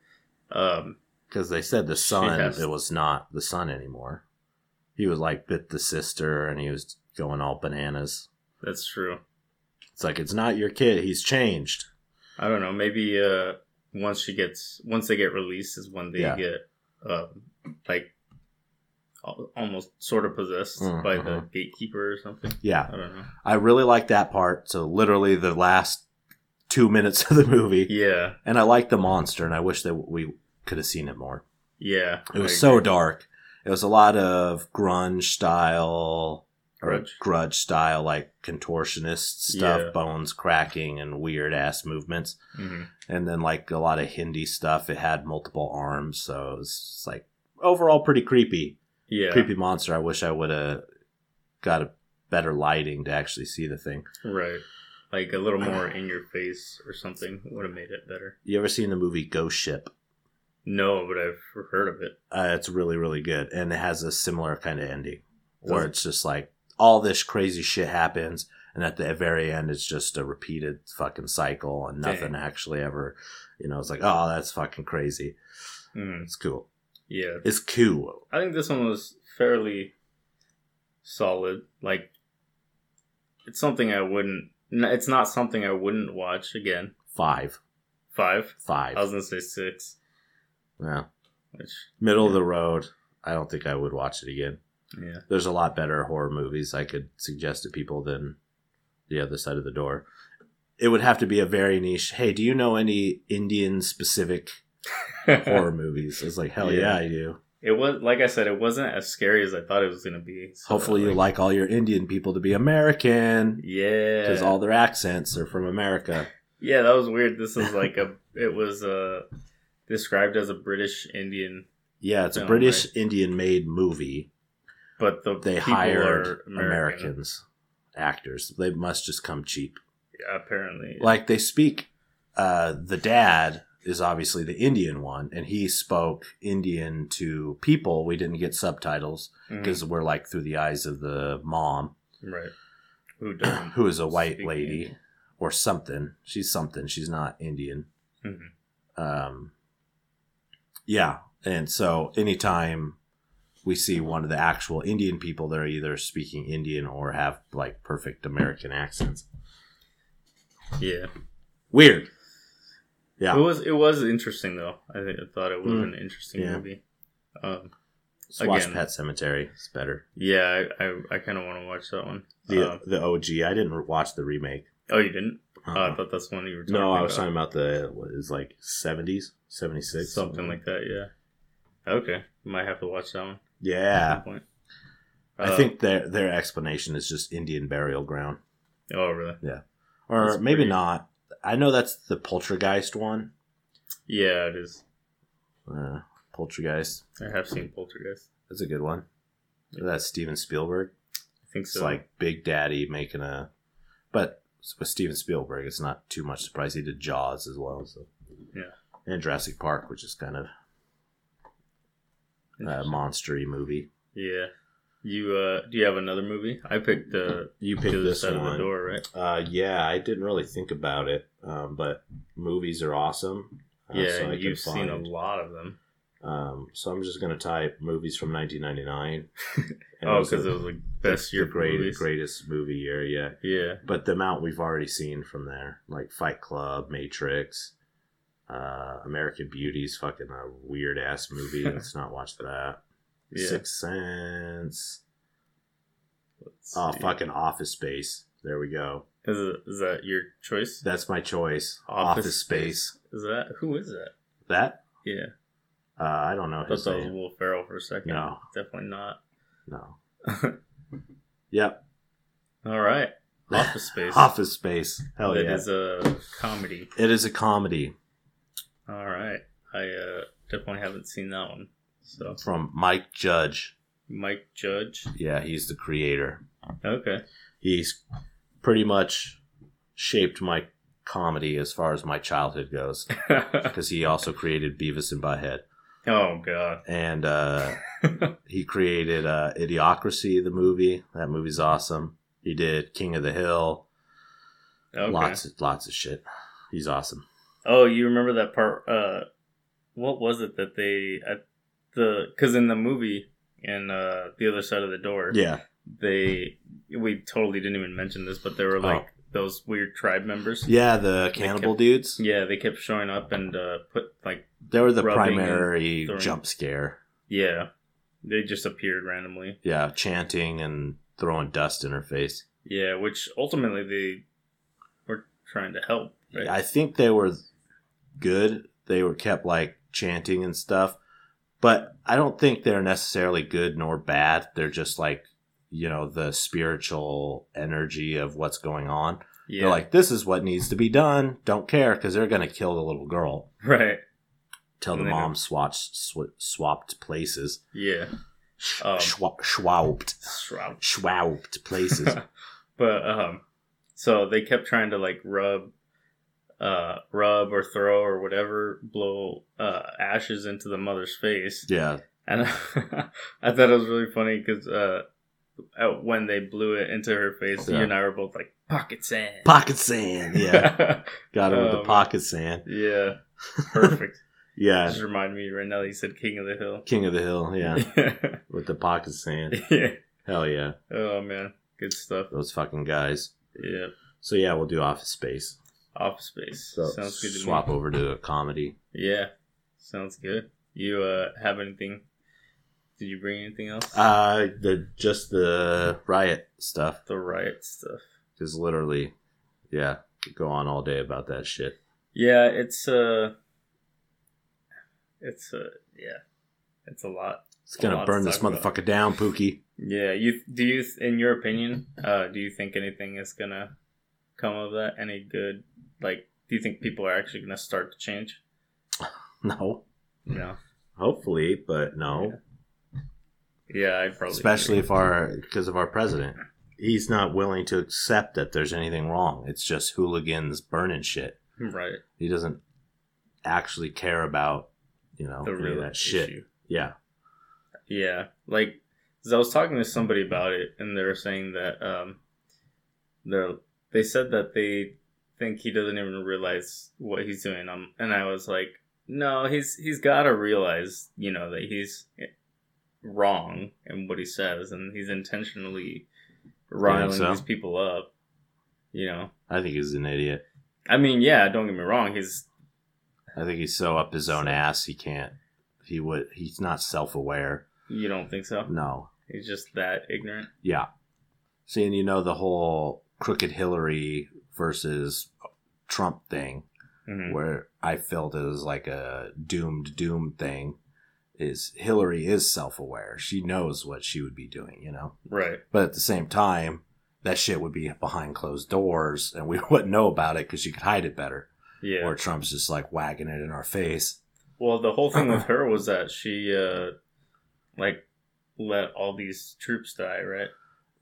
um, because they said the She son has- it was not the son anymore. He was like bit the sister, and he was going all bananas. that's true. It's like it's not your kid. He's changed. I don't know. Maybe uh, once she gets, once they get released, is when they Yeah. get um like al- almost sort of possessed Mm, by the mhm. gatekeeper or something. Yeah, I don't know. I really like that part. So literally the last two minutes of the movie, Yeah, and I like the monster, and I wish that we could have seen it more. yeah. It was I so agree. dark. It was a lot of grunge style or Grudge. grudge style, like contortionist stuff, Yeah. bones cracking, and weird ass movements. Mhm. And then like a lot of Hindi stuff. It had multiple arms, so it was just, like overall pretty creepy. Yeah, Creepy monster. I wish I would have got a better lighting to actually see the thing. right. Like a little more in your face or something would have made it better. You ever seen the movie Ghost Ship? No, but I've heard of it. Uh, it's really, really good, and it has a similar kind of ending where Does it? it's just like all this crazy shit happens, and at the very end, it's just a repeated fucking cycle, and nothing Dang. actually ever, you know, it's like, oh, that's fucking crazy. Mm, It's cool. yeah, It's cool. I think this one was fairly solid. Like, it's something I wouldn't. n- It's not something I wouldn't watch again. Five, Five. five, I was gonna say six, yeah, which middle of the road. I don't think I would watch it again. yeah, There's a lot better horror movies I could suggest to people than the other side of the door. It would have to be a very niche. Hey, do you know any Indian specific horror movies. It's like, hell yeah, Uh, Yeah. I do. it was like I said, it wasn't as scary as I thought it was gonna be. So, Hopefully, you like all your Indian people to be American Yeah, because all their accents are from America. yeah, that was weird. This is like a. It was uh described as a British Indian, Yeah, it's a Oh, British Indian made movie. but the They people hired are American. Americans, actors. They must just come cheap. Yeah, apparently. Like, they speak, uh, the dad is obviously the Indian one, and he spoke Indian to people. We didn't get subtitles Mhm. because we're like through the eyes of the mom. Right. Who doesn't? who is a white Speaking lady Indian. or something. She's something. She's not Indian. Mhm. Um, yeah. And so anytime we see one of the actual Indian people, they're either speaking Indian or have like perfect American accents. Yeah. Weird. Yeah. It was it was interesting though. I, think, I thought it was Mm. an interesting Yeah. movie. Um, So watch Again. Pet Cemetery. It's better. yeah, I I, I kind of want to watch that one. The, Uh, the OG. I didn't re- watch the remake. oh, you didn't? Oh, I Uh, thought that's the one you were talking no, about. I was talking about the, what is like 70s, 76? something like that. Yeah. Okay, might have to watch that one. at Yeah. some point. I Uh, think their their explanation is just Indian burial ground, Oh, really? or That's maybe pretty- not. I know that's the poltergeist one. Yeah, it is. Uh, poltergeist, I have seen Poltergeist. that's a good one. That's Steven Spielberg. I think It's so. like Big Daddy making a, but with Steven Spielberg, it's not too much surprise. He did Jaws as well, so Yeah. and Jurassic Park, which is kind of a uh, Interesting. monstery movie. yeah. You uh, do you have another movie? I picked uh, You the picked other this side of the one. door, right? Uh, yeah, I didn't really think about it, um, but movies are awesome. Uh, yeah, so I and can you've seen a find- lot of them. Um, so I'm just gonna type movies from 1999. And oh, those because are it was like best the year great- movies. greatest movie year, yeah. Yeah, But the amount we've already seen from there, like Fight Club, Matrix, uh, American Beauty's fucking a weird ass movie. Let's not watch that. yeah. Sixth Sense. Let's Oh, see. fucking Office Space. There we go. Is, it- is that your choice? That's my choice. Office, Office Space. Is that who is that? That? Yeah, Uh, I don't know I thought his that was name. Will Ferrell for a second. No. definitely not. No. Yep. All right, Office Space. Office Space. Hell That yeah. is a comedy. it is a comedy All right, I uh, definitely haven't seen that one. So from Mike Judge. Mike Judge. Yeah, he's the creator. Okay. He's pretty much shaped my comedy as far as my childhood goes because he also created Beavis and Butthead. oh God. And uh, he created uh, Idiocracy, the movie. That movie's awesome. He did King of the Hill. Okay. Lots, of, lots of shit. He's awesome. Oh, you remember that part? Uh, what was it that they at the? Because in the movie, in uh, the other side of the door, Yeah. they we totally didn't even mention this, but there Oh. were like those weird tribe members. Yeah, the cannibal dudes. Yeah, they kept showing up and uh, put like They were the Rubbing and primary throwing. jump scare. yeah, they just appeared randomly. Yeah, chanting and throwing dust in her face. Yeah, which ultimately they were trying to help. Right? I think they were good. They were kept like chanting and stuff, but I don't think they're necessarily good nor bad. They're just like you know the spiritual energy of what's going on. yeah, They're like, this is what needs to be done. Don't care because they're gonna kill the little girl. right. Till the And they mom swatched, sw- swapped places, Yeah, um, Um, schwapped, Shroud. schwapped places. but um so they kept trying to like rub uh rub or throw or whatever blow uh ashes into the mother's face yeah, and i thought it was really funny because uh uh, when they blew it into her face Yeah. you and i were both like pocket sand pocket sand. Yeah, got it with the Um, pocket sand. yeah perfect Yeah, just reminded me right now that you said king of the hill King of the Hill. Yeah, with the pocket sand. yeah Hell yeah, oh man good stuff those fucking guys. yeah So yeah, we'll do Office Space. office space So sounds good to me swap over to a comedy. Yeah, sounds good. You uh, have anything? Did you bring anything else? Uh, the just the riot stuff the riot stuff. is literally, yeah, could go on all day about that shit. Yeah, it's uh, it's uh, yeah, it's a lot. It's gonna Lots to burn this talk about. motherfucker down, Pookie. Yeah, you do you in your opinion, uh, do you think anything is gonna come of that? Any good? Like, do you think people are actually gonna start to change? No, No. hopefully, but no, Yeah, I probably especially if our because of our president. He's not willing to accept that there's anything wrong. It's just hooligans burning shit. right he doesn't actually care about you know the any of real that shit. issue. Yeah, Yeah, like 'cause I was talking to somebody about it, and they were saying that um, they're they said that they think he doesn't even realize what he's doing. Um, and I was like, no, he's he's got to realize, you know, that he's eh, wrong in what he says, and he's intentionally riling so? these people up. You know, I think he's an idiot. I mean, yeah, don't get me wrong, he's I think he's so up his own ass he can't. He would. He's not self aware. you don't think so? No. He's just that ignorant. Yeah. Seeing you know the whole crooked Hillary versus Trump thing, Mhm. where I felt it was like a doomed doom thing. Is Hillary is self aware. She knows what she would be doing. You know. Right. But at the same time, that shit would be behind closed doors and we wouldn't know about it because she could hide it better. Yeah. Or Trump's just like wagging it in our face. Well, the whole thing with her was that she, uh, like, let all these troops die, right?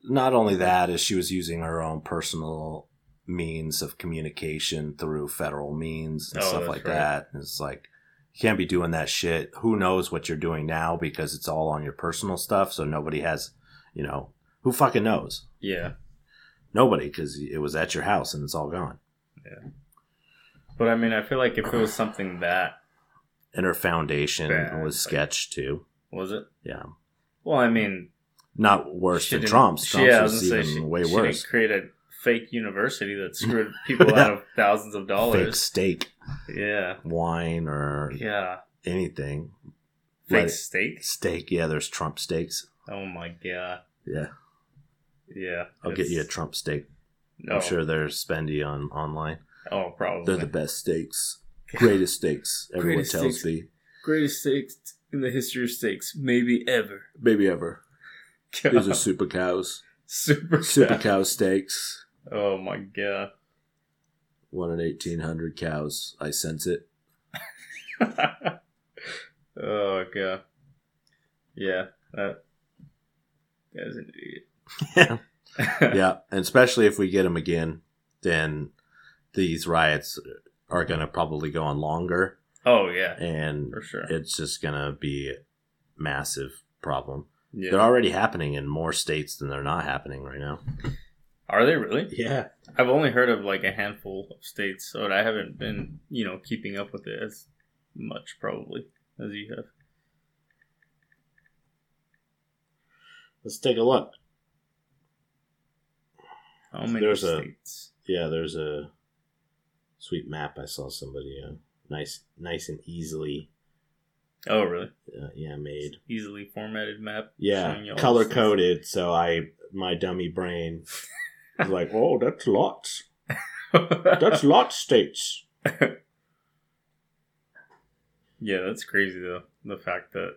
Not only that, is she was using her own personal means of communication through federal means and Oh, stuff that's like right. that. And it's like, you can't be doing that shit. Who knows what you're doing now because it's all on your personal stuff. So nobody has, you know, who fucking knows? Yeah. Nobody because it was at your house and it's all gone. But I mean, I feel like if it was something that and her foundation Bad. was sketched too. Was it? Yeah. Well, I mean, Not worse she than didn't- Trump's. she- Trump's yeah, I was, gonna even say, she- way she didn't worse. create a fake university that screwed people out of thousands of Fake dollars. steak, Yeah, wine, or yeah. anything. Fake Like- steak. Steak. Yeah, there's Trump steaks. Oh my god. Yeah. Yeah. I'll get you a it's- Oh. Trump steak. No. I'm sure they're spendy on online. Oh, probably. They're the best steaks. Greatest steaks, everyone Greatest tells steaks. me. Greatest steaks in the history of steaks, maybe ever. Maybe ever. These are super cows. super. Super cat. cow steaks. Oh my god. One in 1,800 cows. I sense it. oh god. Yeah. That guy's an idiot. Yeah. yeah, and especially if we get them again, then these riots are going to probably go on longer, Oh yeah. and For sure. it's just going to be a massive problem. Yeah. They're already happening in more states than they're not happening right now. Are they really? Yeah, I've only heard of like a handful of states, so I haven't been, you know, keeping up with it as much probably as you have. let's take a look. How many There's a- states? Yeah, there's a sweet map I saw somebody uh, nice, nice and easily, Oh really? uh, yeah, made. Easily formatted map. showing Yeah, you all the color states. coded. So I, my dummy brain, was like, oh, that's lots. That's lot states. yeah, that's crazy though. The fact that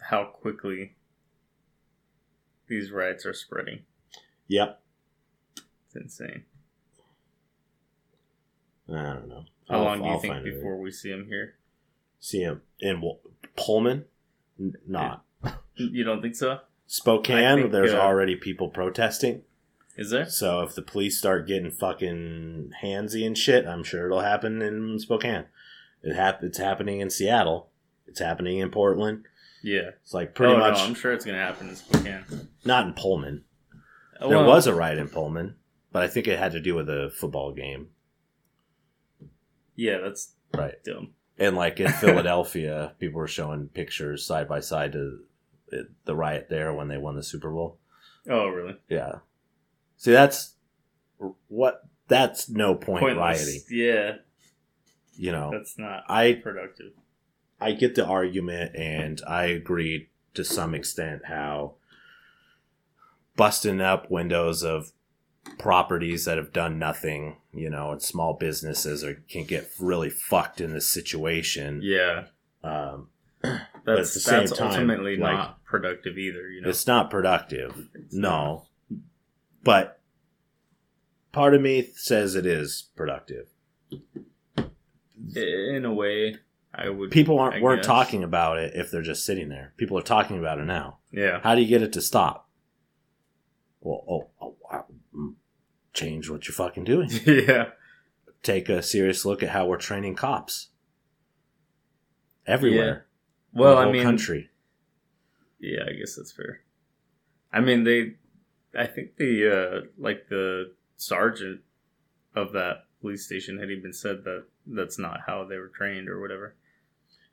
how quickly these riots are spreading. Yep. It's insane. I don't know. How I'll- long do you I'll think find it. before we see them here? see him in Wa- Pullman? N- not You don't think so? I Spokane. think, there's uh, already people protesting. Is there? So if the police start getting fucking handsy and shit, I'm sure it'll happen in Spokane. It hap- It's happening in Seattle. It's happening in Portland. Yeah. It's like pretty oh, much No, I'm sure it's gonna happen in Spokane. not in Pullman. Oh, there well, was a riot in Pullman, but I think it had to do with a football game. Yeah, that's Right. dumb. And like in Philadelphia, people were showing pictures side by side to the riot there when they won the Super Bowl. Oh, really? Yeah. See, that's what that's no point rioting. Oh. Yeah, You know, that's not I productive. I get the argument, and I agree to some extent how busting up windows of properties that have done nothing, you know, and small businesses are can get really fucked in this situation. Yeah, Um, at that's the same that's time, ultimately like, not productive either. You know, It's not productive. It's not. No. But part of me says it is productive. in a way, I would. People aren't I weren't guess. talking about it if they're just sitting there. People are talking about it now. Yeah, How do you get it to stop? Well, oh, oh wow. change what you're fucking doing. yeah, Take a serious look at how we're training cops everywhere. in Well, the I whole mean, country. yeah, I guess that's fair. I mean, they, I think the uh, like the sergeant of that police station had even said that that's not how they were trained or whatever.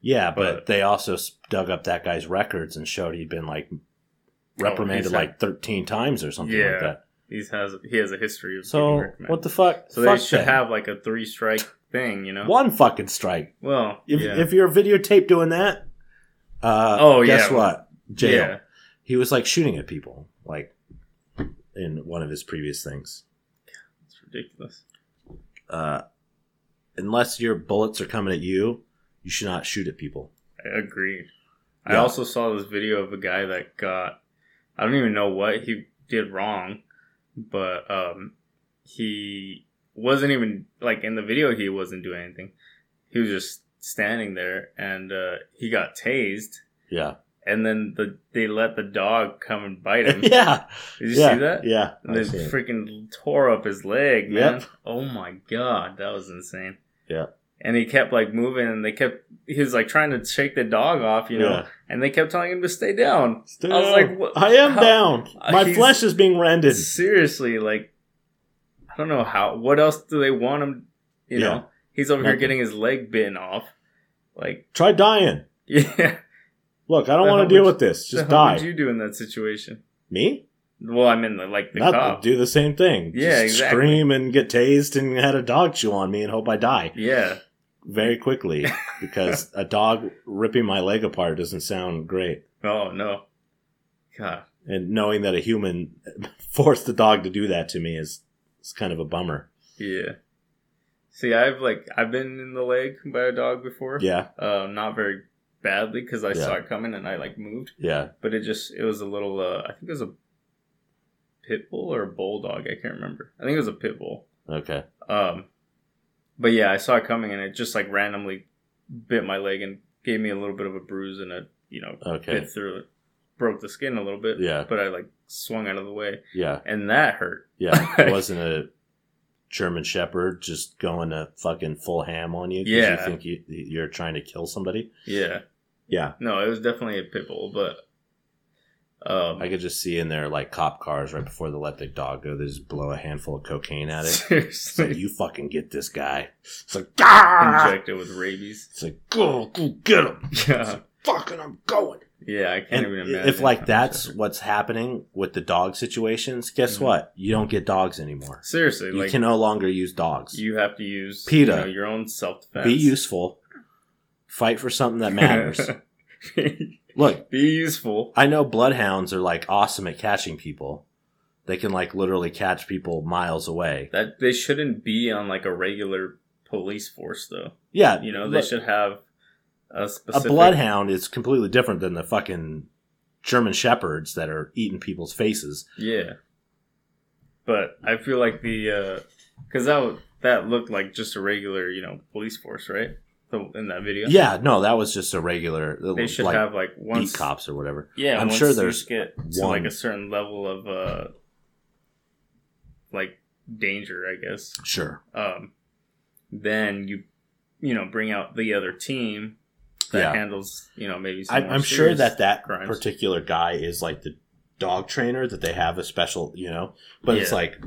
Yeah, but, but- they also s- dug up that guy's records and showed he'd been like reprimanded had- like 13 times or something Oh, Yeah. like that. He's has he has a history of getting So recommended. what the fuck? So fuck they should them. have like a three strike thing, you know? one fucking strike. Well, If, yeah. if you're videotape doing that, uh, Oh, guess yeah. what? Jail. Yeah. He was like shooting at people, like in one of his previous things. It's ridiculous. Uh, unless your bullets are coming at you, you should not shoot at people. I agree. I Yeah. also saw this video of a guy that got I don't even know what he did wrong, but um he wasn't even like in the video he wasn't doing anything. He was just standing there and uh he got tased Yeah, and then the they let the dog come and bite him. Did yeah. you yeah. see that? Yeah, And they I see it. freaking tore up his leg, man. Yep. Oh my god, that was insane. Yeah. And he kept like moving and they kept he was like trying to shake the dog off, you know, Yeah. and they kept telling him to stay down. I was like, what- I am how- down. Uh, My he's- flesh is being rended. Seriously, like I don't know how what else do they want him you Yeah. know? He's over here Nothing. getting his leg bitten off. Like, Try dying. yeah. Look, I don't The want hell to deal would- with this. So Just how die. would you do in that situation? Me? Well, I mean, like the Not- cop. do the same thing. Yeah, Just exactly. Scream and get tased and had a dog chew on me and hope I die Yeah, very quickly because a dog ripping my leg apart doesn't sound great. Oh no. God. And knowing that a human forced the dog to do that to me is, is kind of a bummer. Yeah. See, I've like I've been in the leg by a dog before. Yeah, Uh, not very badly because I Yeah. saw it coming and I like moved, yeah. but it just it was a little. Uh, I think it was a pit bull or a bulldog. I can't remember. I think it was a pit bull. Okay. Um, but yeah, I saw it coming and it just like randomly bit my leg and gave me a little bit of a bruise and a you know Okay. bit through it, broke the skin a little bit. Yeah. But I like swung out of the way Yeah, and that hurt. yeah. It wasn't a German Shepherd just going to fucking full ham on you 'cause Yeah. you think you, you're trying to kill somebody. Yeah. Yeah. No, it was definitely a pit bull, but um, I could just see in there like cop cars right before they let the dog go. They just blow a handful of cocaine at it. It's like seriously you fucking get this guy. It's like ah! injected with rabies. It's like go go get him. It's Yeah, like, fucking I'm going. yeah, I can't And even imagine. if like how that's much- what's happening with the dog situations, guess Mhm. what? You don't get dogs anymore. seriously, You like can no longer use dogs. you have to use PETA. you know, your own self defense. Be useful. Fight for something that matters. Be Look, useful. I know bloodhounds are like awesome at catching people. They can like literally catch people miles away. That they shouldn't be on like a regular police force, though. Yeah, You know, they look, should have a a specific. bloodhound is completely different than the fucking German shepherds that are eating people's faces. Yeah, but I feel like the because that w- that looked like just a regular you know police force, right? So in that video, Yeah, no, that was just a regular. they should like, have like once beat cops or whatever. Yeah, I'm once sure you there's get to one. like a certain level of uh like danger, I guess. Sure. Um, then you you know bring out the other team that Yeah. handles you know maybe some I, more I'm sure serious that that crimes. particular guy is like the dog trainer that they have a special, you know. But it's Yeah. like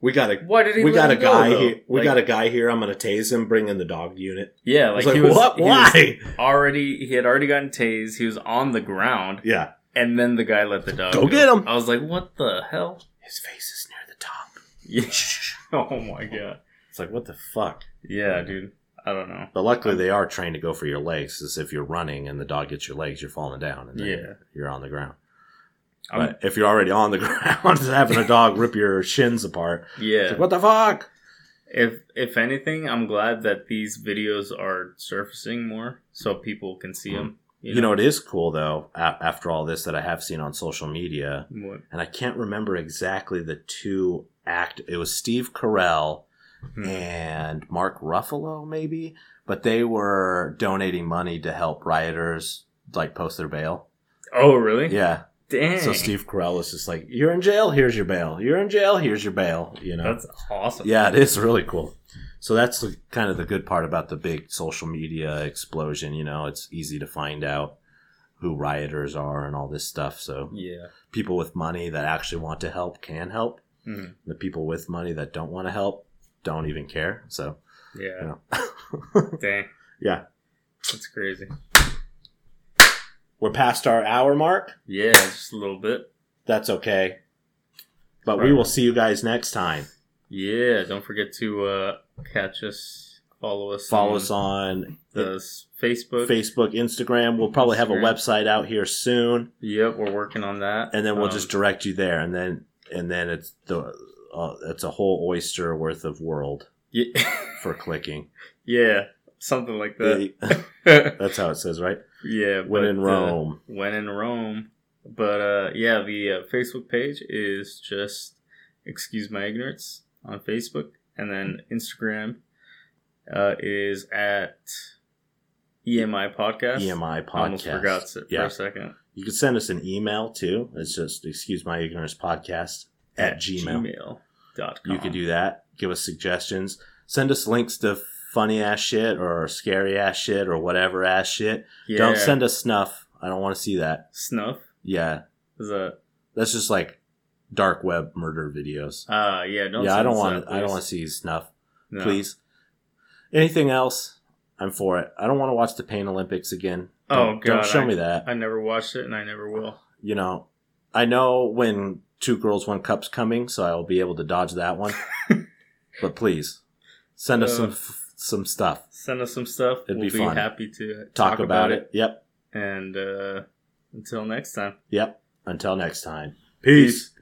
we got a Why did he? we let got a him go, guy though? here. We Like- got a guy here. I'm gonna tase him. Bring in the dog unit. yeah. Like, It's like, he was what? he Why? was already he had already gotten tased. He was on the ground, yeah. and then the guy let the dog Go get him. I was like, what the hell? His face is near the top. Yeah. oh my god. It's like, what the fuck? Yeah, dude. I don't know. But luckily, they are trained to go for your legs. As if you're running and the dog gets your legs, you're falling down and then Yeah. you're on the ground. I'm- but if you're already on the ground, having a dog rip your shins apart, Yeah. it's like, what the fuck? If if anything, I'm glad that these videos are surfacing more, so people can see them. Mm-hmm. You, know, it is cool though. A- after all this that I have seen on social media, What? and I can't remember exactly the two act. It was Steve Carell Hmm. and Mark Ruffalo, maybe, but they were donating money to help rioters like post their bail. Oh, really? Yeah. Dang. So Steve Carell is just like, "You're in jail. Here's your bail. You're in jail. Here's your bail." You know. That's awesome. yeah, it is really cool. So that's the, kind of the good part about the big social media explosion. You know, it's easy to find out who rioters are and all this stuff. So Yeah. people with money that actually want to help can help. Mhm. The people with money that don't want to help don't even care. So Yeah. you know. Dang. Yeah. That's crazy. We're past our hour mark. Yeah, just a little bit. That's okay. But we Right. will see you guys next time. Yeah. Don't forget to uh, catch us, follow us, Follow us on the s- Facebook. Facebook, Instagram. We'll probably have a Instagram. website out here soon, Yep, we're working on that. and then we'll Um, just direct you there. And then and then it's the uh, it's a whole oyster worth of world yeah, for clicking. yeah, something like that. Yeah, Yeah. That's how it says, right? When but, in uh, Rome. when in Rome. But uh, yeah, the uh, Facebook page is just excuse my ignorance on Facebook, and then Instagram uh, is at EMI Podcast. EMI E podcast. I almost forgot it for Yeah. a second. You can send us an email too. It's just excuse my ignorance podcast at, gmail. dot com. You could do that. Give us suggestions. Send us links to funny ass shit or scary ass shit or whatever ass shit. yeah. Don't send us snuff. I don't want to see that. snuff. Yeah. Is that That's just like dark web murder videos. uh yeah? Don't yeah, I send don't us want that, I don't want please. to see snuff, No. please. Anything else? I'm for it. I don't want to watch the Pain Olympics again. Oh, Don't- God, Don't show I- me that. I never watched it, and I never will. you know, I know when Two Girls One Cup's coming, so I'll be able to dodge that one. but please send us some Uh, f- some stuff. Send us some stuff. It'd we'll be fun. happy to Talk, about, it. Yep. And uh, until next time. Yep. Until next time. Peace. Peace.